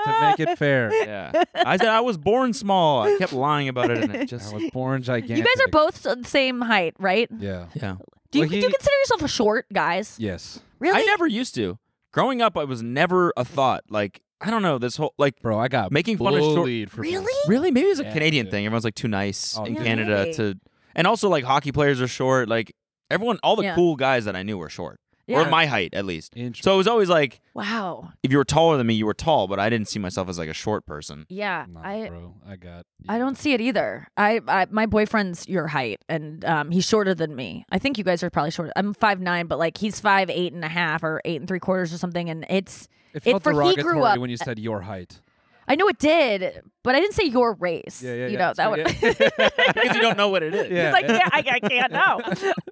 Speaker 1: to make it fair
Speaker 3: yeah. I said I was born small. I kept lying about it, and it
Speaker 1: I
Speaker 3: just
Speaker 1: was born gigantic
Speaker 2: You guys are both the same height, right?
Speaker 1: yeah
Speaker 3: yeah.
Speaker 2: Do you,
Speaker 1: Well, he-
Speaker 2: do you consider yourself a short, guys?
Speaker 1: yes
Speaker 2: Really?
Speaker 3: I never used to. Growing up, I was never a thought. Like I don't know this whole like.
Speaker 1: bro I got
Speaker 3: Making fun of short-
Speaker 1: bullied for
Speaker 2: Really?
Speaker 3: Really? Maybe it's a
Speaker 1: Yeah,
Speaker 3: Canadian
Speaker 1: dude.
Speaker 3: thing. Everyone's like too nice
Speaker 1: Oh,
Speaker 3: in
Speaker 1: dude.
Speaker 3: Canada
Speaker 2: Really?
Speaker 3: to, and also like hockey players are short. Like everyone, all the
Speaker 2: Yeah.
Speaker 3: cool guys that I knew were short,
Speaker 2: Yeah.
Speaker 3: or my height at least.
Speaker 1: Inch-
Speaker 3: So it was always like,
Speaker 2: wow.
Speaker 3: if you were taller than me, you were tall, but I didn't see myself as like a short person.
Speaker 2: Yeah.
Speaker 1: Nah,
Speaker 2: I
Speaker 1: bro I got
Speaker 2: I don't see it either. I, I my boyfriend's your height, and um, he's shorter than me. I think you guys are probably shorter. I'm five nine, but like he's five eight and a half or eight and three quarters or something. And it's
Speaker 1: It
Speaker 2: It-
Speaker 1: felt
Speaker 2: for he grew
Speaker 1: derogatory
Speaker 2: up- uh,
Speaker 1: when you said your height.
Speaker 2: I know it did, but I didn't say your race. you know that would.
Speaker 3: because you don't know what it is.
Speaker 1: Yeah.
Speaker 2: It's like, yeah, I, I can't know.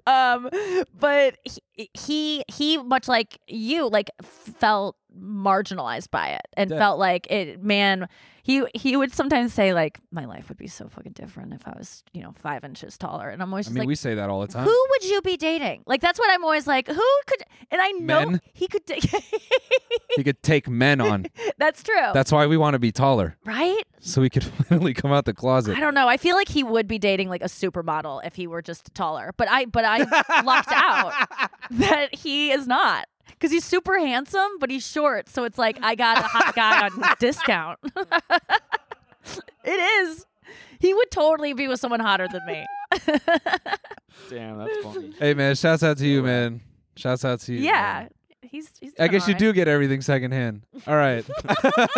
Speaker 2: um, but he, he, he, much like you, like felt marginalized by it and
Speaker 1: Yeah.
Speaker 2: felt like it, man, he he would sometimes say like, "My life would be so fucking different if I was, you know, five inches taller." And I'm always
Speaker 1: I
Speaker 2: just
Speaker 1: mean,
Speaker 2: like,
Speaker 1: we say that all the time.
Speaker 2: "Who would you be dating?" Like that's what I'm always like, "Who could?" And I know
Speaker 1: Men?
Speaker 2: he could. Da-
Speaker 1: He could take men on.
Speaker 2: that's true.
Speaker 1: That's why we want to be taller,
Speaker 2: right.
Speaker 1: so we could finally come out the closet.
Speaker 2: I don't know. I feel like he would be dating like a supermodel if he were just taller. But I but I lucked out that he is not. Because he's super handsome, but he's short. So it's like I got a hot guy on discount. it is. He would totally be with someone hotter than me.
Speaker 3: Damn, that's funny.
Speaker 1: Hey man, shouts out to you, man. Shouts out to you.
Speaker 2: Yeah.
Speaker 1: man.
Speaker 2: He's, he's
Speaker 1: I
Speaker 2: doing
Speaker 1: guess you
Speaker 2: all
Speaker 1: do get everything secondhand. All right.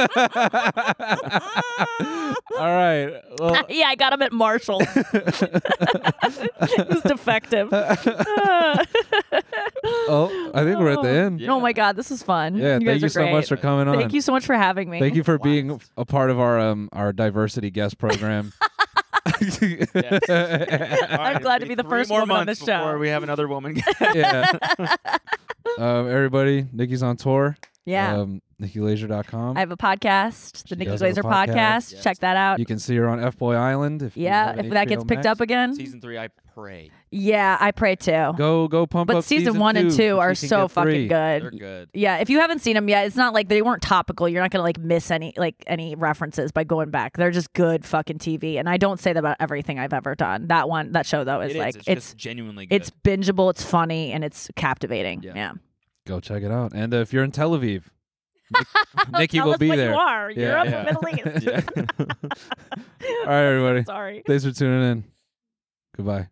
Speaker 1: All right. Well,
Speaker 2: right. yeah, I got him at Marshall's. it was defective. Uh,
Speaker 1: oh, I think we're at the end.
Speaker 2: Oh my God, this is fun.
Speaker 1: Yeah,
Speaker 2: you guys
Speaker 1: thank you
Speaker 2: are
Speaker 1: so
Speaker 2: great.
Speaker 1: much for coming on.
Speaker 2: Thank you so much for having me.
Speaker 1: Thank you for being a part of our um our diversity guest program. yeah.
Speaker 2: I'm glad to be the first
Speaker 3: more
Speaker 2: woman on
Speaker 3: months
Speaker 2: this show.
Speaker 3: Before we have another woman.
Speaker 1: Um, everybody, Nikki's on tour.
Speaker 2: Yeah.
Speaker 1: Um, NikkiLaser.com.
Speaker 2: I have a podcast, the
Speaker 1: She
Speaker 2: Nikki
Speaker 1: does have a
Speaker 2: Glazer
Speaker 1: podcast.
Speaker 2: podcast. Check that out.
Speaker 1: you can see her on F Boy Island. If you
Speaker 2: Uh, yeah,
Speaker 1: have an
Speaker 2: if that
Speaker 1: HBO
Speaker 2: gets picked
Speaker 1: Max.
Speaker 2: up again.
Speaker 3: Season three, I pray.
Speaker 2: Yeah, I pray too.
Speaker 1: go go pump
Speaker 2: but
Speaker 1: up.
Speaker 2: season, one and
Speaker 1: if
Speaker 2: two
Speaker 1: you
Speaker 2: are
Speaker 1: can
Speaker 2: so
Speaker 1: get three.
Speaker 2: fucking
Speaker 3: They're
Speaker 2: good.
Speaker 3: good.
Speaker 2: Yeah, if you haven't seen them yet, it's not like they weren't topical. You're not gonna like miss any like any references by going back. They're just good fucking TV, and I don't say that about everything I've ever done. That one, that show though, is
Speaker 3: It is.
Speaker 2: like
Speaker 3: it's,
Speaker 2: it's
Speaker 3: just genuinely good.
Speaker 2: it's, bingeable, it's funny, and it's captivating.
Speaker 3: Yeah.
Speaker 2: Yeah,
Speaker 1: Go check it out. And uh, if you're in Tel Aviv, Nik- Nikki
Speaker 2: Tell
Speaker 1: will
Speaker 2: us
Speaker 1: be
Speaker 2: what
Speaker 1: there.
Speaker 2: You are
Speaker 1: Yeah.
Speaker 2: Europe,
Speaker 3: Yeah.
Speaker 2: Middle East.
Speaker 3: yeah.
Speaker 1: All right, everybody.
Speaker 2: Sorry.
Speaker 1: Thanks for tuning in. Goodbye.